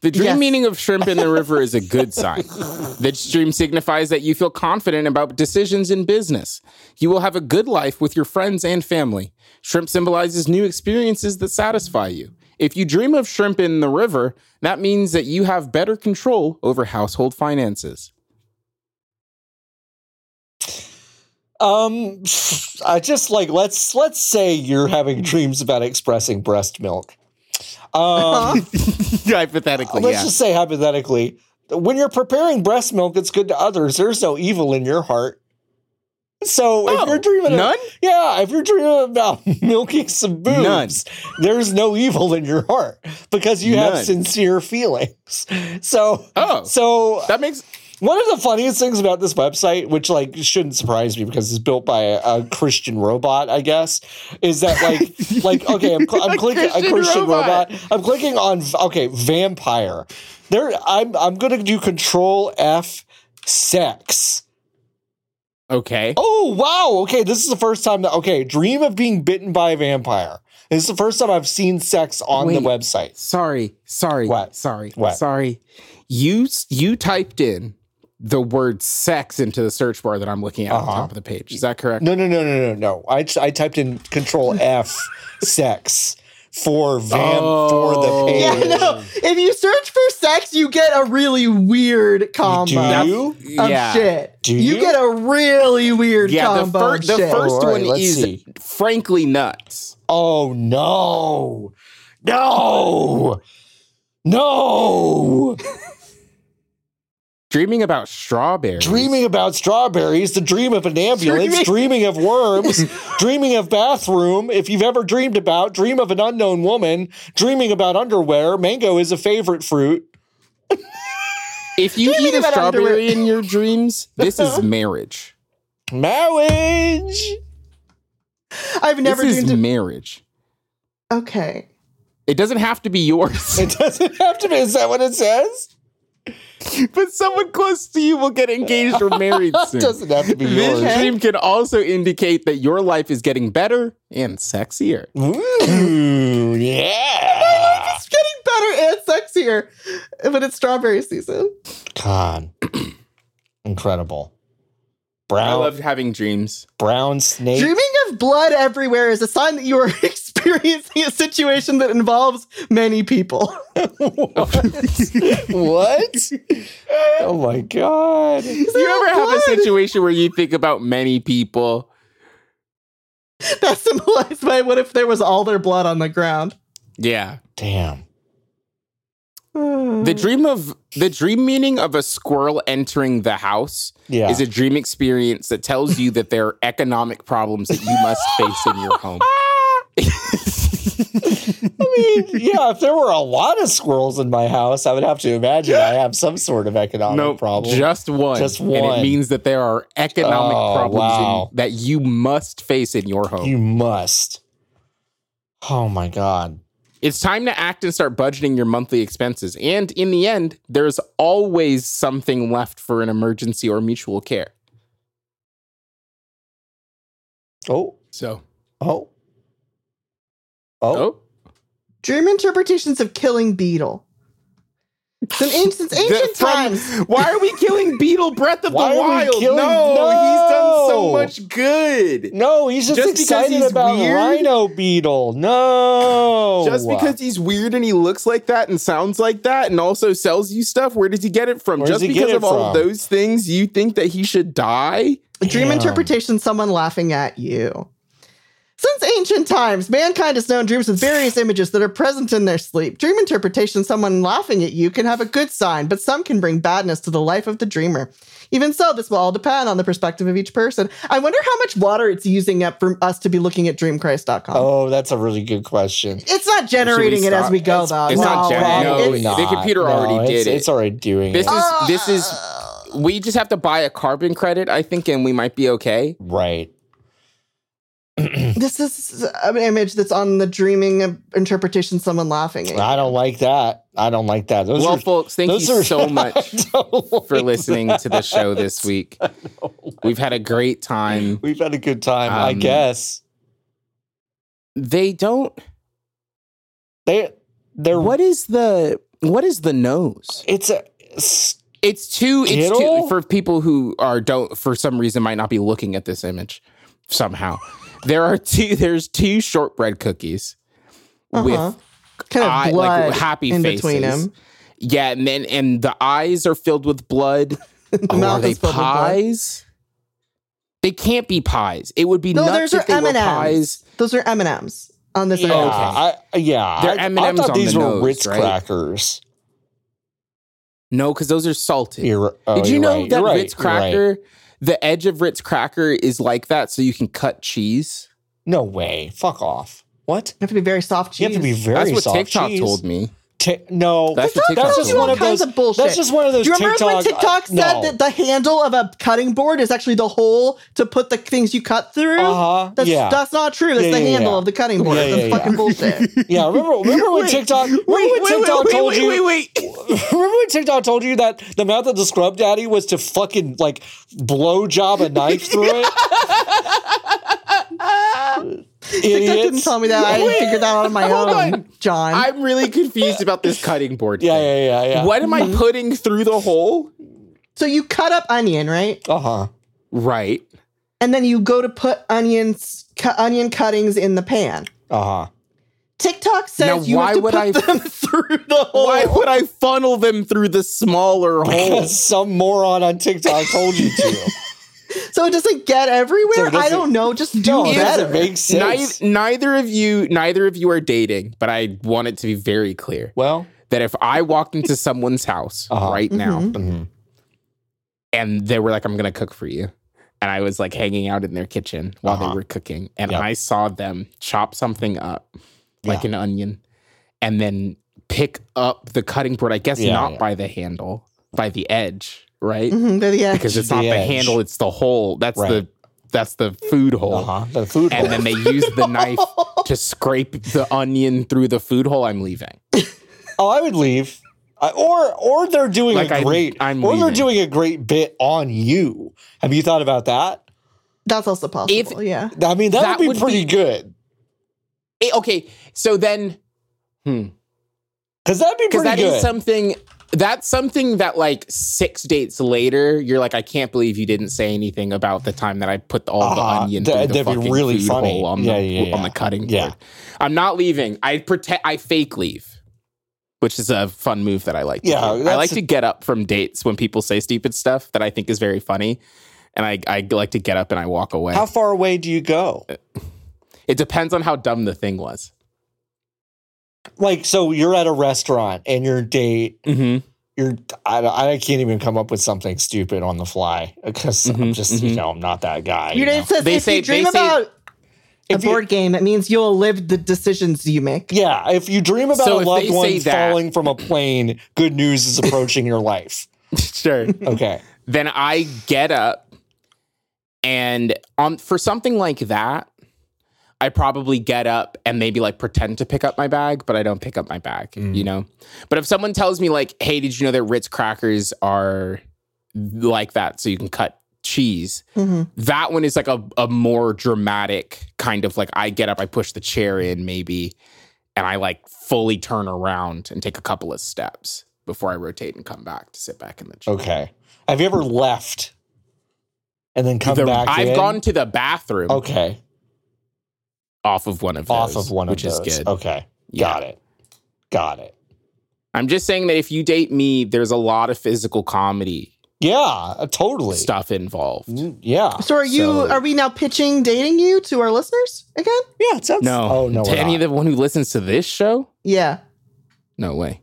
[SPEAKER 2] The dream
[SPEAKER 3] Yes.
[SPEAKER 2] meaning of shrimp in the river is
[SPEAKER 1] (laughs)
[SPEAKER 2] a good sign. The dream signifies that you feel confident about decisions in business. You will have a good life with your friends and family. Shrimp symbolizes new experiences that satisfy you. If you dream of shrimp in the river, that means that you have better control over household finances. (laughs)
[SPEAKER 1] Um, I just like let's let's say you're
[SPEAKER 2] Mm.
[SPEAKER 1] having dreams about expressing breast milk.
[SPEAKER 3] Uh-huh.
[SPEAKER 1] Um,
[SPEAKER 2] Hypothetically,
[SPEAKER 1] let's
[SPEAKER 2] yeah.
[SPEAKER 1] just say hypothetically, when you're preparing breast milk, it's good to others. There's no evil in your heart. So if
[SPEAKER 2] Oh,
[SPEAKER 1] you're dreaming,
[SPEAKER 2] none?
[SPEAKER 1] yeah, if you're dreaming about (laughs) milking some boobs,
[SPEAKER 2] None.
[SPEAKER 1] there's no evil in your heart because you have
[SPEAKER 2] None.
[SPEAKER 1] sincere feelings. (laughs) So,
[SPEAKER 2] Oh.
[SPEAKER 1] so
[SPEAKER 2] That makes
[SPEAKER 1] one of the funniest things about this website, which like shouldn't surprise me because it's built by a, a Christian robot, I guess, is that
[SPEAKER 2] (laughs)
[SPEAKER 1] like like okay, I'm, cl- I'm clicking a
[SPEAKER 2] Christian
[SPEAKER 1] Christian robot.
[SPEAKER 2] robot.
[SPEAKER 1] I'm clicking on v- okay, vampire. There, I'm I'm gonna do Control F, sex.
[SPEAKER 2] okay.
[SPEAKER 1] Oh wow, okay, this is the first time that okay, dream of being bitten by a vampire. This is the first time I've seen sex on the
[SPEAKER 2] Wait.
[SPEAKER 1] website.
[SPEAKER 2] Sorry, sorry,
[SPEAKER 1] What?
[SPEAKER 2] sorry,
[SPEAKER 1] What?
[SPEAKER 2] sorry. You you typed in the word sex into the search bar that I'm looking at on
[SPEAKER 1] Uh-huh.
[SPEAKER 2] top of the page. Is that correct?
[SPEAKER 1] No, no, no, no, no, no. I, I typed in
[SPEAKER 2] (laughs)
[SPEAKER 1] control F sex for vamp for
[SPEAKER 2] Oh.
[SPEAKER 1] the
[SPEAKER 3] Yeah,
[SPEAKER 1] page.
[SPEAKER 3] no. If you search for sex, you get a really weird combo
[SPEAKER 1] do?
[SPEAKER 2] That's-
[SPEAKER 1] You?
[SPEAKER 3] of
[SPEAKER 2] yeah.
[SPEAKER 3] shit.
[SPEAKER 1] Do
[SPEAKER 3] you?
[SPEAKER 1] you?
[SPEAKER 3] get a really weird
[SPEAKER 2] Yeah, the,
[SPEAKER 3] combo
[SPEAKER 2] fir-
[SPEAKER 3] of
[SPEAKER 2] the
[SPEAKER 3] shit.
[SPEAKER 2] first
[SPEAKER 1] All right,
[SPEAKER 2] one
[SPEAKER 1] let's
[SPEAKER 2] is
[SPEAKER 1] see.
[SPEAKER 2] frankly nuts.
[SPEAKER 1] Oh no. No. No.
[SPEAKER 2] Dreaming about strawberries.
[SPEAKER 1] Dreaming about strawberries, the dream of an ambulance, dreaming of
[SPEAKER 2] (laughs)
[SPEAKER 1] worms, dreaming of bathroom. If you've ever dreamed about, dream of an unknown woman, dreaming about underwear. Mango is a favorite fruit.
[SPEAKER 2] If you
[SPEAKER 3] Dreaming
[SPEAKER 2] eat a
[SPEAKER 3] about
[SPEAKER 2] strawberry
[SPEAKER 3] underwear.
[SPEAKER 2] in
[SPEAKER 1] (laughs)
[SPEAKER 2] your dreams, this is marriage.
[SPEAKER 1] Marriage.
[SPEAKER 3] I've never
[SPEAKER 2] this is
[SPEAKER 3] dreamed of
[SPEAKER 2] marriage.
[SPEAKER 3] Okay.
[SPEAKER 2] It doesn't have to be yours,
[SPEAKER 1] It doesn't have to be. Is that what it says?
[SPEAKER 2] (laughs) but someone close to you will get engaged or married
[SPEAKER 1] (laughs)
[SPEAKER 2] soon.
[SPEAKER 1] It doesn't have to be
[SPEAKER 2] This
[SPEAKER 1] yours.
[SPEAKER 2] dream can also indicate that your life is getting better and sexier.
[SPEAKER 1] Ooh, yeah.
[SPEAKER 3] It's getting better and sexier when it's strawberry season.
[SPEAKER 1] God, incredible.
[SPEAKER 2] I
[SPEAKER 1] Brown
[SPEAKER 2] loved having dreams.
[SPEAKER 1] brown snake.
[SPEAKER 3] Dreaming of blood everywhere is a sign that you are (laughs) experiencing a situation that involves many people.
[SPEAKER 1] (laughs)
[SPEAKER 2] (laughs)
[SPEAKER 1] what? Oh my god.
[SPEAKER 3] Is
[SPEAKER 2] You
[SPEAKER 3] there
[SPEAKER 2] ever have a
[SPEAKER 3] blood?
[SPEAKER 2] situation where you think about many people?
[SPEAKER 3] That's symbolized by what if there was all their blood on the ground?
[SPEAKER 2] Yeah.
[SPEAKER 1] Damn.
[SPEAKER 2] The dream of the dream meaning of a squirrel entering the house
[SPEAKER 1] Yeah.
[SPEAKER 2] is a dream experience that tells you that there are economic problems that you must face in
[SPEAKER 1] (laughs)
[SPEAKER 2] your home. (laughs)
[SPEAKER 1] I mean, yeah, if there were a lot of squirrels in my house, I would have to imagine I have some sort of economic
[SPEAKER 2] No
[SPEAKER 1] problem.
[SPEAKER 2] Just one.
[SPEAKER 1] Just
[SPEAKER 2] And
[SPEAKER 1] one.
[SPEAKER 2] it means that there are economic
[SPEAKER 1] Oh,
[SPEAKER 2] problems in-
[SPEAKER 1] wow.
[SPEAKER 2] that you must face in your home.
[SPEAKER 1] you must. Oh my god.
[SPEAKER 2] It's time to act and start budgeting your monthly expenses. And in the end, there's always something left for an emergency or mutual care.
[SPEAKER 1] Oh,
[SPEAKER 2] So,
[SPEAKER 1] oh. Oh,
[SPEAKER 2] oh,
[SPEAKER 3] Dream interpretations of killing beetle. Since ancient, since
[SPEAKER 2] (laughs) The-
[SPEAKER 3] ancient
[SPEAKER 2] from-
[SPEAKER 3] times,
[SPEAKER 2] (laughs) why are we killing Beetle Breath of
[SPEAKER 1] Why
[SPEAKER 2] the
[SPEAKER 1] are we
[SPEAKER 2] Wild?
[SPEAKER 1] killing-
[SPEAKER 2] no, he's done so
[SPEAKER 1] No.
[SPEAKER 2] much good.
[SPEAKER 1] No, he's just,
[SPEAKER 2] Just because
[SPEAKER 1] excited
[SPEAKER 2] he's
[SPEAKER 1] about
[SPEAKER 2] weird?
[SPEAKER 1] Rhino Beetle. No.
[SPEAKER 2] Just because he's weird and he looks like that and sounds like that and also sells you stuff, where does he get it from?
[SPEAKER 1] Where does
[SPEAKER 2] Just
[SPEAKER 1] he get
[SPEAKER 2] because
[SPEAKER 1] it
[SPEAKER 2] of all of
[SPEAKER 1] from?
[SPEAKER 2] those things, you think that he should die?
[SPEAKER 3] dream
[SPEAKER 1] Damn.
[SPEAKER 3] interpretation someone laughing at you. Since ancient times, mankind has known dreams with various images that are present in their sleep. Dream interpretation someone laughing at you can have a good sign, but some can bring badness to the life of the dreamer. Even so, this will all depend on the perspective of each person. I wonder how much water it's using up for us to be looking at dreamchrist.com.
[SPEAKER 1] Oh, that's a really good question.
[SPEAKER 3] It's not generating it
[SPEAKER 2] stop?
[SPEAKER 3] as we go, though.
[SPEAKER 2] It's not
[SPEAKER 3] No,
[SPEAKER 2] generating-
[SPEAKER 3] right?
[SPEAKER 2] no,
[SPEAKER 3] It's-
[SPEAKER 1] Probably
[SPEAKER 2] the computer already
[SPEAKER 1] it's,
[SPEAKER 2] did it.
[SPEAKER 1] It's already doing
[SPEAKER 2] This
[SPEAKER 1] it.
[SPEAKER 2] is this is
[SPEAKER 3] Uh,
[SPEAKER 2] we just have to buy a carbon credit, I think, and we might be okay.
[SPEAKER 1] right.
[SPEAKER 3] This is an image that's on the dreaming interpretation. Someone laughing. At.
[SPEAKER 1] I don't like that. I don't like that. Those
[SPEAKER 2] well,
[SPEAKER 1] are,
[SPEAKER 2] folks, thank you
[SPEAKER 1] those are (laughs)
[SPEAKER 2] so
[SPEAKER 1] I
[SPEAKER 2] much
[SPEAKER 1] don't like
[SPEAKER 2] for listening to the show
[SPEAKER 3] (laughs)
[SPEAKER 2] this week. We've had a great time.
[SPEAKER 1] We've had a good time, I
[SPEAKER 2] Um,
[SPEAKER 1] guess.
[SPEAKER 2] They don't.
[SPEAKER 1] They they're
[SPEAKER 2] What is the what is the nose?
[SPEAKER 1] It's a s-
[SPEAKER 2] It's too. It's too
[SPEAKER 1] Skittle?
[SPEAKER 2] for people who are don't for some reason might not be looking at this image somehow. There are two. There's two shortbread cookies
[SPEAKER 3] Uh-huh.
[SPEAKER 2] with
[SPEAKER 3] Kind of
[SPEAKER 2] eye- like,
[SPEAKER 3] blood
[SPEAKER 2] happy
[SPEAKER 3] in between
[SPEAKER 2] faces.
[SPEAKER 3] them.
[SPEAKER 2] yeah, and then and the eyes are filled with blood.
[SPEAKER 3] (laughs) (laughs) The
[SPEAKER 2] Oh, are
[SPEAKER 3] mouth
[SPEAKER 2] they
[SPEAKER 3] is filled with blood.
[SPEAKER 2] pies? They can't be pies. It would be
[SPEAKER 3] No,
[SPEAKER 2] nuts
[SPEAKER 3] those are
[SPEAKER 2] if they were
[SPEAKER 3] M&Ms.
[SPEAKER 2] pies.
[SPEAKER 3] Those are M and M's on this.
[SPEAKER 2] Yeah.
[SPEAKER 1] yeah.
[SPEAKER 3] image.
[SPEAKER 1] I, yeah.
[SPEAKER 2] They're
[SPEAKER 1] I, I
[SPEAKER 2] M&Ms
[SPEAKER 1] thought
[SPEAKER 2] on
[SPEAKER 1] these
[SPEAKER 2] the
[SPEAKER 1] were
[SPEAKER 2] nose,
[SPEAKER 1] Ritz
[SPEAKER 2] right?
[SPEAKER 1] crackers.
[SPEAKER 2] No, because those are salted.
[SPEAKER 1] You're- oh,
[SPEAKER 2] Did you
[SPEAKER 1] you're
[SPEAKER 2] know
[SPEAKER 1] right,
[SPEAKER 2] that
[SPEAKER 1] you're right,
[SPEAKER 2] Ritz
[SPEAKER 1] you're right.
[SPEAKER 2] cracker, the edge of Ritz cracker is like that, so you can cut cheese?
[SPEAKER 1] No way. Fuck off. What?
[SPEAKER 3] You have to be very soft cheese.
[SPEAKER 1] You have to be very
[SPEAKER 2] That's what
[SPEAKER 1] soft
[SPEAKER 2] TikTok
[SPEAKER 1] cheese.
[SPEAKER 2] told me.
[SPEAKER 1] Ti- no,
[SPEAKER 2] That's what
[SPEAKER 3] TikTok
[SPEAKER 2] TikTok
[SPEAKER 1] that's
[SPEAKER 3] tells
[SPEAKER 1] just
[SPEAKER 3] you
[SPEAKER 1] one
[SPEAKER 3] all
[SPEAKER 1] of
[SPEAKER 2] told me.
[SPEAKER 3] kinds
[SPEAKER 1] those.
[SPEAKER 3] of bullshit.
[SPEAKER 1] That's just one of
[SPEAKER 3] Do
[SPEAKER 1] those.
[SPEAKER 3] you remember
[SPEAKER 1] TikTok,
[SPEAKER 3] when TikTok said
[SPEAKER 1] no.
[SPEAKER 3] that the handle of a cutting board is actually the hole to put the things you cut through?
[SPEAKER 1] Uh huh.
[SPEAKER 3] That's
[SPEAKER 1] Yeah.
[SPEAKER 3] that's not true. That's
[SPEAKER 1] Yeah,
[SPEAKER 3] the
[SPEAKER 1] yeah,
[SPEAKER 3] handle
[SPEAKER 1] yeah.
[SPEAKER 3] of the cutting board.
[SPEAKER 1] Yeah, yeah,
[SPEAKER 3] that's
[SPEAKER 1] yeah. (laughs)
[SPEAKER 3] fucking bullshit.
[SPEAKER 1] yeah. Remember.
[SPEAKER 2] (laughs)
[SPEAKER 1] Remember when TikTok. Remember when TikTok told you. (laughs) Remember when TikTok told you that the mouth of the scrub daddy was to fucking like blow job a
[SPEAKER 2] (laughs)
[SPEAKER 1] knife through it?
[SPEAKER 3] TikTok didn't
[SPEAKER 1] Idiots.
[SPEAKER 3] tell me that. I figured that out
[SPEAKER 1] (laughs)
[SPEAKER 3] on my
[SPEAKER 2] Hold
[SPEAKER 3] own,
[SPEAKER 2] on. (laughs)
[SPEAKER 3] John.
[SPEAKER 2] I'm really confused about this cutting board.
[SPEAKER 1] Yeah,
[SPEAKER 2] thing.
[SPEAKER 1] yeah, yeah, yeah.
[SPEAKER 2] What am I putting through the hole?
[SPEAKER 3] so you cut up onion, right?
[SPEAKER 1] Uh huh.
[SPEAKER 2] Right.
[SPEAKER 3] And then you go to put onions, cu- onion cuttings in the pan.
[SPEAKER 1] Uh huh.
[SPEAKER 3] TikTok says
[SPEAKER 2] Now,
[SPEAKER 3] you
[SPEAKER 2] why
[SPEAKER 3] have to
[SPEAKER 2] would
[SPEAKER 3] put
[SPEAKER 2] I-
[SPEAKER 3] them (laughs) through the
[SPEAKER 1] Oh.
[SPEAKER 3] hole.
[SPEAKER 2] Why would I funnel them through
[SPEAKER 1] (laughs)
[SPEAKER 2] the smaller hole?
[SPEAKER 1] Some moron on TikTok told you
[SPEAKER 2] (laughs)
[SPEAKER 1] to.
[SPEAKER 3] so it doesn't get
[SPEAKER 1] So
[SPEAKER 3] everywhere.
[SPEAKER 1] it doesn't-
[SPEAKER 3] I don't know. Just do
[SPEAKER 1] no, that
[SPEAKER 3] better.
[SPEAKER 1] doesn't make sense.
[SPEAKER 2] Neither, neither of you, neither of you are dating, but I want it to be very clear
[SPEAKER 1] well,
[SPEAKER 2] that if I walked into someone's house
[SPEAKER 1] Uh-huh.
[SPEAKER 2] right now
[SPEAKER 1] mhm.
[SPEAKER 2] and they were like, "I'm gonna cook for you," and I was like hanging out in their kitchen while
[SPEAKER 1] Uh-huh.
[SPEAKER 2] they were cooking, and
[SPEAKER 1] Yep.
[SPEAKER 2] I saw them chop something up like
[SPEAKER 1] Yeah.
[SPEAKER 2] an onion, and then pick up the cutting board. I guess
[SPEAKER 1] Yeah,
[SPEAKER 2] not
[SPEAKER 1] yeah.
[SPEAKER 2] by the handle, by the edge,
[SPEAKER 1] (laughs)
[SPEAKER 2] right?
[SPEAKER 3] Mhm, they're the edge.
[SPEAKER 2] Because it's not
[SPEAKER 1] The
[SPEAKER 2] the
[SPEAKER 1] edge.
[SPEAKER 2] handle; it's the hole. That's
[SPEAKER 1] Right.
[SPEAKER 2] the that's the food hole.
[SPEAKER 1] uh-huh. the food.
[SPEAKER 2] Oh. And
[SPEAKER 1] hole.
[SPEAKER 2] then they use
[SPEAKER 1] (laughs)
[SPEAKER 2] the knife to scrape the onion through the food hole. I'm leaving.
[SPEAKER 1] oh, I would leave. I, or or they're doing
[SPEAKER 2] Like,
[SPEAKER 1] a
[SPEAKER 2] I'm-
[SPEAKER 1] great
[SPEAKER 2] I'm
[SPEAKER 1] or they're
[SPEAKER 2] leaving.
[SPEAKER 1] doing a great bit on you. Have you thought about that?
[SPEAKER 3] That's also possible.
[SPEAKER 2] If-
[SPEAKER 3] yeah.
[SPEAKER 1] I mean, that,
[SPEAKER 2] That
[SPEAKER 1] would be
[SPEAKER 2] would
[SPEAKER 1] pretty
[SPEAKER 2] be-
[SPEAKER 1] good.
[SPEAKER 2] Eh, okay, so then, hmm.
[SPEAKER 1] Because that'd be
[SPEAKER 2] Because
[SPEAKER 1] pretty
[SPEAKER 2] that is
[SPEAKER 1] good.
[SPEAKER 2] something that's something that like six dates later, you're like, I can't believe you didn't say anything about the time that I put all the
[SPEAKER 1] Uh-huh.
[SPEAKER 2] onion
[SPEAKER 1] That-
[SPEAKER 2] through the
[SPEAKER 1] that'd be
[SPEAKER 2] fucking
[SPEAKER 1] really
[SPEAKER 2] food
[SPEAKER 1] funny.
[SPEAKER 2] hole on
[SPEAKER 1] Yeah,
[SPEAKER 2] the
[SPEAKER 1] yeah,
[SPEAKER 2] on
[SPEAKER 1] yeah.
[SPEAKER 2] the cutting board.
[SPEAKER 1] Yeah.
[SPEAKER 2] I'm not leaving. I pretend I fake leave. Which is a fun move that I like. to
[SPEAKER 1] Yeah,
[SPEAKER 2] do. I
[SPEAKER 1] that's-
[SPEAKER 2] like to get up from dates when people say stupid stuff that I think is very funny, and I, I like to get up and I walk away.
[SPEAKER 1] How far away do you go?
[SPEAKER 2] it depends on how dumb the thing was.
[SPEAKER 1] Like, so you're at a restaurant and your date,
[SPEAKER 2] Mm-hmm.
[SPEAKER 1] you're, I, I can't even come up with something stupid on the fly because I'm
[SPEAKER 2] Mhm,
[SPEAKER 1] just,
[SPEAKER 2] mhm.
[SPEAKER 1] you know, I'm not that guy.
[SPEAKER 3] Your
[SPEAKER 1] you know?
[SPEAKER 3] date says
[SPEAKER 2] They
[SPEAKER 3] if
[SPEAKER 2] say-
[SPEAKER 3] you dream
[SPEAKER 2] they say-
[SPEAKER 3] about a
[SPEAKER 1] If you-
[SPEAKER 3] board game, it means you'll live the decisions you make.
[SPEAKER 1] Yeah, if you dream about
[SPEAKER 2] So
[SPEAKER 1] a
[SPEAKER 2] if
[SPEAKER 1] loved
[SPEAKER 2] they say
[SPEAKER 1] one
[SPEAKER 2] that-
[SPEAKER 1] falling from a plane, good news is approaching your life.
[SPEAKER 2] (laughs) sure.
[SPEAKER 1] Okay.
[SPEAKER 2] then I get up and um for something like that, I probably get up and maybe like pretend to pick up my bag, but I don't pick up my bag,
[SPEAKER 1] Mm.
[SPEAKER 2] you know? But if someone tells me like, "Hey, did you know that Ritz crackers are like that so you can cut cheese?"
[SPEAKER 3] Mhm.
[SPEAKER 2] That one is like a a more dramatic kind of like I get up, I push the chair in maybe and I like fully turn around and take a couple of steps before I rotate and come back to sit back in the chair.
[SPEAKER 1] Okay. Have you ever left and then come
[SPEAKER 2] The-
[SPEAKER 1] back?
[SPEAKER 2] I've
[SPEAKER 1] in?
[SPEAKER 2] gone to the bathroom
[SPEAKER 1] Okay.
[SPEAKER 2] off of one of those,
[SPEAKER 1] Off of one
[SPEAKER 2] which
[SPEAKER 1] of
[SPEAKER 2] is
[SPEAKER 1] those.
[SPEAKER 2] good.
[SPEAKER 1] Okay. Got it. Got it.
[SPEAKER 2] I'm just saying that if you date me, there's a lot of physical comedy
[SPEAKER 1] Yeah, uh, totally.
[SPEAKER 2] stuff involved.
[SPEAKER 1] Mm, Yeah.
[SPEAKER 3] So are you?
[SPEAKER 2] So-
[SPEAKER 3] are we now pitching dating you to our listeners again?
[SPEAKER 1] Yeah, it sounds
[SPEAKER 2] No,
[SPEAKER 1] Oh no.
[SPEAKER 2] to
[SPEAKER 1] we're
[SPEAKER 2] any
[SPEAKER 1] not.
[SPEAKER 2] of the one who listens to this show, (laughs)
[SPEAKER 3] Yeah,
[SPEAKER 2] no way.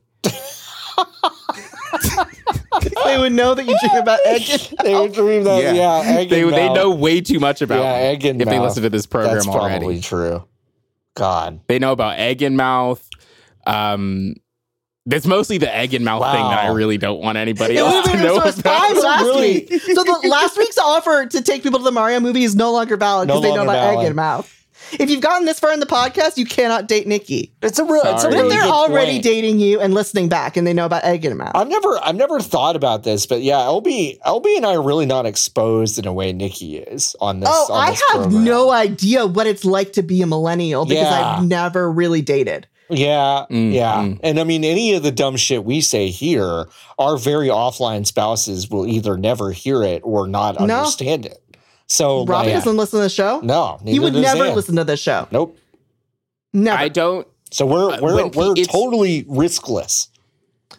[SPEAKER 3] they would know that you
[SPEAKER 2] (laughs)
[SPEAKER 3] dream about egg.
[SPEAKER 1] (laughs) they would dream that yeah,
[SPEAKER 2] Yeah.
[SPEAKER 1] egg
[SPEAKER 2] They
[SPEAKER 1] and
[SPEAKER 2] they
[SPEAKER 1] mouth.
[SPEAKER 2] know way too much about
[SPEAKER 1] Yeah,
[SPEAKER 2] me
[SPEAKER 1] egg and
[SPEAKER 2] if they
[SPEAKER 1] mouth.
[SPEAKER 2] listen to this program
[SPEAKER 1] That's
[SPEAKER 2] already.
[SPEAKER 1] probably true. God.
[SPEAKER 2] They know about egg and mouth. Um, it's mostly the egg and mouth thing that I
[SPEAKER 1] Wow.
[SPEAKER 2] really don't want anybody
[SPEAKER 3] It
[SPEAKER 2] else
[SPEAKER 1] (laughs)
[SPEAKER 3] was
[SPEAKER 2] to know
[SPEAKER 3] so
[SPEAKER 2] about.
[SPEAKER 3] five last
[SPEAKER 1] Really?
[SPEAKER 3] week. So the last week's offer to take people to the Mario movie is no longer valid
[SPEAKER 1] No
[SPEAKER 3] because they know
[SPEAKER 1] longer
[SPEAKER 3] about egg
[SPEAKER 1] valid.
[SPEAKER 3] and mouth. If you've gotten this far in the podcast, you cannot date Nikki.
[SPEAKER 1] It's a real it's a
[SPEAKER 2] Sorry.
[SPEAKER 1] really
[SPEAKER 3] But they're
[SPEAKER 1] good
[SPEAKER 3] already
[SPEAKER 1] point.
[SPEAKER 3] dating you and listening back, and they know about egg and mouth.
[SPEAKER 1] I've never I've never thought about this, but yeah, LB LB and I are really not exposed in a way Nikki is on this.
[SPEAKER 3] oh,
[SPEAKER 1] on
[SPEAKER 3] I
[SPEAKER 1] this
[SPEAKER 3] have
[SPEAKER 1] program.
[SPEAKER 3] no idea what it's like to be a millennial because
[SPEAKER 1] Yeah.
[SPEAKER 3] I've never really dated.
[SPEAKER 1] Yeah,
[SPEAKER 2] Mm,
[SPEAKER 1] yeah.
[SPEAKER 2] mm.
[SPEAKER 1] And I mean, any of the dumb shit we say here, our very offline spouses will either never hear it or not
[SPEAKER 3] No.
[SPEAKER 1] understand it. So,
[SPEAKER 3] Robin
[SPEAKER 1] like,
[SPEAKER 3] doesn't listen to the show.
[SPEAKER 1] no,
[SPEAKER 3] he
[SPEAKER 1] neither
[SPEAKER 3] would
[SPEAKER 1] does
[SPEAKER 3] never
[SPEAKER 1] Ann.
[SPEAKER 3] listen to this show.
[SPEAKER 1] Nope.
[SPEAKER 3] Never.
[SPEAKER 2] I don't.
[SPEAKER 1] So we're
[SPEAKER 2] Uh,
[SPEAKER 1] we're
[SPEAKER 2] when pe-
[SPEAKER 1] we're
[SPEAKER 2] it's-
[SPEAKER 1] totally riskless.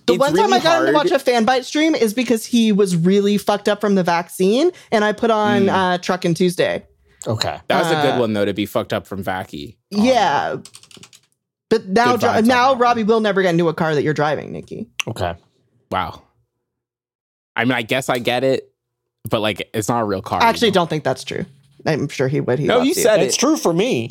[SPEAKER 3] The
[SPEAKER 2] it's
[SPEAKER 3] one time
[SPEAKER 2] really
[SPEAKER 3] I got him to
[SPEAKER 2] hard-
[SPEAKER 3] watch a fan bite stream is because he was really fucked up from the vaccine, and I put on
[SPEAKER 2] Mm.
[SPEAKER 3] uh, Truckin' Tuesday.
[SPEAKER 1] Okay.
[SPEAKER 2] That was a
[SPEAKER 3] Uh,
[SPEAKER 2] good one though to be fucked up from Vacky. on.
[SPEAKER 3] yeah. But now,
[SPEAKER 2] Oh, Good vibes
[SPEAKER 3] dri-
[SPEAKER 2] on
[SPEAKER 3] now
[SPEAKER 2] that one.
[SPEAKER 3] Robbie will never get into a car that you're driving, Nikki.
[SPEAKER 1] Okay.
[SPEAKER 2] Wow. I mean, I guess I get it, but like, it's not a real car.
[SPEAKER 3] I actually
[SPEAKER 2] you know?
[SPEAKER 3] don't think that's true. I'm sure he would. He
[SPEAKER 2] No,
[SPEAKER 3] loves
[SPEAKER 2] you said
[SPEAKER 1] It's
[SPEAKER 2] it.
[SPEAKER 1] true for
[SPEAKER 2] (laughs)
[SPEAKER 1] me.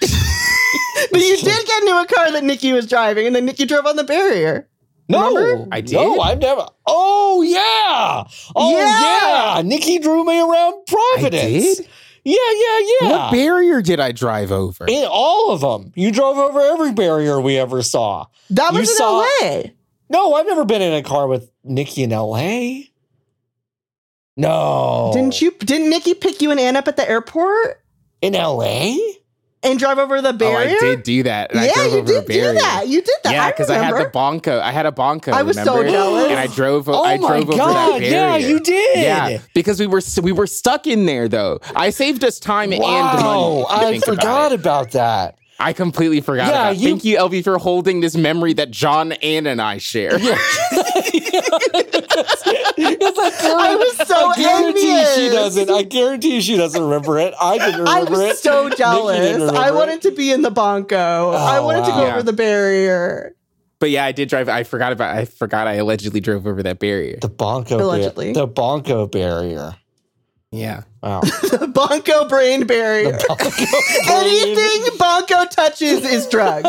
[SPEAKER 3] but you did get into a car that Nikki was driving, and then Nikki drove on the barrier.
[SPEAKER 1] No,
[SPEAKER 3] Remember?
[SPEAKER 2] I did?
[SPEAKER 1] No, I've never. Oh yeah. Oh yeah.
[SPEAKER 3] Yeah.
[SPEAKER 1] Nikki drew me around Providence.
[SPEAKER 2] did?
[SPEAKER 1] Yeah, yeah, yeah.
[SPEAKER 2] What barrier did I drive over?
[SPEAKER 1] In all of them, you drove over every barrier we ever saw.
[SPEAKER 3] That
[SPEAKER 1] You
[SPEAKER 3] was in
[SPEAKER 1] saw-
[SPEAKER 3] LA.
[SPEAKER 1] No, I've never been in a car with Nikki in L.A.
[SPEAKER 2] Oh.
[SPEAKER 1] No,
[SPEAKER 3] Didn't you? Didn't Nikki pick you and Ann up at the airport
[SPEAKER 1] in L.A.?
[SPEAKER 3] and drive over the
[SPEAKER 2] oh,
[SPEAKER 3] barrier?
[SPEAKER 2] I did do that. and I
[SPEAKER 3] yeah,
[SPEAKER 2] drove
[SPEAKER 3] you
[SPEAKER 2] over a
[SPEAKER 3] did do
[SPEAKER 2] barrier.
[SPEAKER 3] that. You did that.
[SPEAKER 2] Yeah, because I, had the
[SPEAKER 3] remember.
[SPEAKER 2] bonko. I had a bonko.
[SPEAKER 3] I was so
[SPEAKER 2] remember?
[SPEAKER 3] jealous.
[SPEAKER 2] And I drove.
[SPEAKER 1] Oh
[SPEAKER 2] I
[SPEAKER 1] my
[SPEAKER 2] drove over
[SPEAKER 1] god!
[SPEAKER 2] that barrier.
[SPEAKER 1] Yeah, you did.
[SPEAKER 2] Yeah, because we were we were stuck in there though. I saved us time and money.
[SPEAKER 1] Wow,
[SPEAKER 2] if you
[SPEAKER 1] I
[SPEAKER 2] think about
[SPEAKER 1] forgot
[SPEAKER 2] it.
[SPEAKER 1] about that.
[SPEAKER 2] I completely forgot.
[SPEAKER 1] Yeah,
[SPEAKER 2] about.
[SPEAKER 1] you-
[SPEAKER 2] Thank you, LV, for holding this memory that John, Ann, and I share.
[SPEAKER 3] (laughs) I
[SPEAKER 2] (laughs)
[SPEAKER 3] was so
[SPEAKER 1] I guarantee
[SPEAKER 3] envious.
[SPEAKER 1] she doesn't. I guarantee she doesn't remember it. I didn't
[SPEAKER 3] (laughs) I
[SPEAKER 1] remember
[SPEAKER 3] was
[SPEAKER 1] it.
[SPEAKER 3] so
[SPEAKER 1] Nikki didn't
[SPEAKER 3] jealous. I
[SPEAKER 1] remember
[SPEAKER 3] wanted
[SPEAKER 1] it.
[SPEAKER 3] to be in the bonko.
[SPEAKER 2] Oh,
[SPEAKER 3] I wanted to
[SPEAKER 1] wow.
[SPEAKER 3] go
[SPEAKER 2] Yeah.
[SPEAKER 3] over the barrier.
[SPEAKER 2] But yeah, I did drive. I forgot about. I forgot I allegedly drove over that barrier.
[SPEAKER 1] the bonko. Allegedly,
[SPEAKER 3] Allegedly.
[SPEAKER 1] the bonko barrier.
[SPEAKER 2] Yeah.
[SPEAKER 3] (laughs)
[SPEAKER 1] Wow.
[SPEAKER 3] The bonko brain barrier. Anything bonko touches is drug.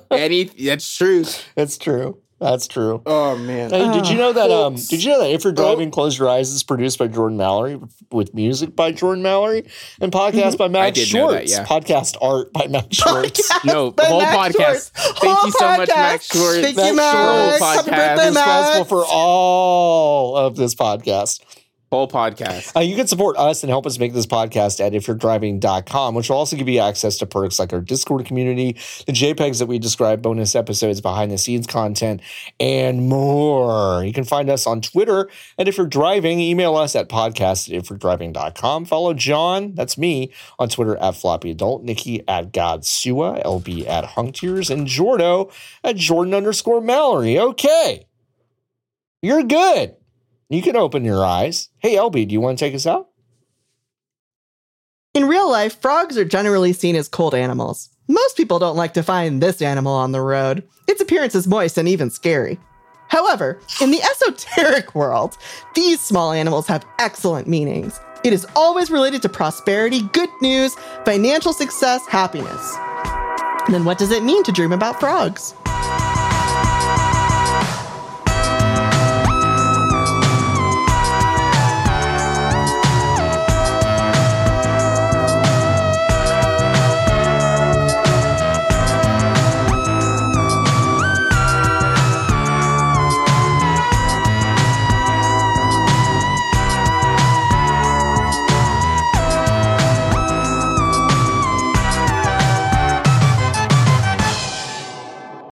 [SPEAKER 3] (laughs)
[SPEAKER 2] Any. That's true.
[SPEAKER 1] That's true. That's true.
[SPEAKER 2] Oh man.
[SPEAKER 1] Hey, did you
[SPEAKER 3] Ah,
[SPEAKER 1] know that? Um,
[SPEAKER 2] Oops.
[SPEAKER 1] did you know that if you're driving, close your eyes is produced by Jordan Mallory with music by Jordan Mallory and
[SPEAKER 3] Mm-hmm.
[SPEAKER 1] podcast by Max
[SPEAKER 2] did know
[SPEAKER 1] Schwartz.
[SPEAKER 2] that, yeah.
[SPEAKER 1] Podcast art by
[SPEAKER 3] (laughs)
[SPEAKER 1] Max Schwartz.
[SPEAKER 2] No,
[SPEAKER 3] By
[SPEAKER 2] whole
[SPEAKER 3] Max
[SPEAKER 2] podcast.
[SPEAKER 3] Schwartz.
[SPEAKER 2] Thank
[SPEAKER 3] Whole
[SPEAKER 2] you so much, Max
[SPEAKER 3] podcast.
[SPEAKER 2] Schwartz.
[SPEAKER 3] Thank
[SPEAKER 1] Max
[SPEAKER 3] you, Max.
[SPEAKER 2] Schwartz
[SPEAKER 3] Happy
[SPEAKER 2] podcast.
[SPEAKER 3] birthday, Max.
[SPEAKER 1] Responsible for all of this podcast.
[SPEAKER 2] Whole podcast.
[SPEAKER 1] Uh, you can support us and help us make this podcast at ifyou'redriving.com, which will also give you access to perks like our Discord community, the JPEGs that we describe, bonus episodes, behind the scenes content, and more. You can find us on Twitter at if you're driving. Email us at podcast at ifyou'redriving.com. Follow John, that's me, on Twitter at floppy adult, Nikki at Godsua, LB at Hung Tears, and Jordo at Jordan underscore Mallory. Okay. You're good. You can open your eyes. Hey, LB, do you want to take us out?
[SPEAKER 3] In real life, frogs are generally seen as cold animals. Most people don't like to find this animal on the road. Its appearance is moist and even scary. However, in the esoteric world, these small animals have excellent meanings. It is always related to prosperity, good news, financial success, happiness. Then what does it mean to dream about frogs?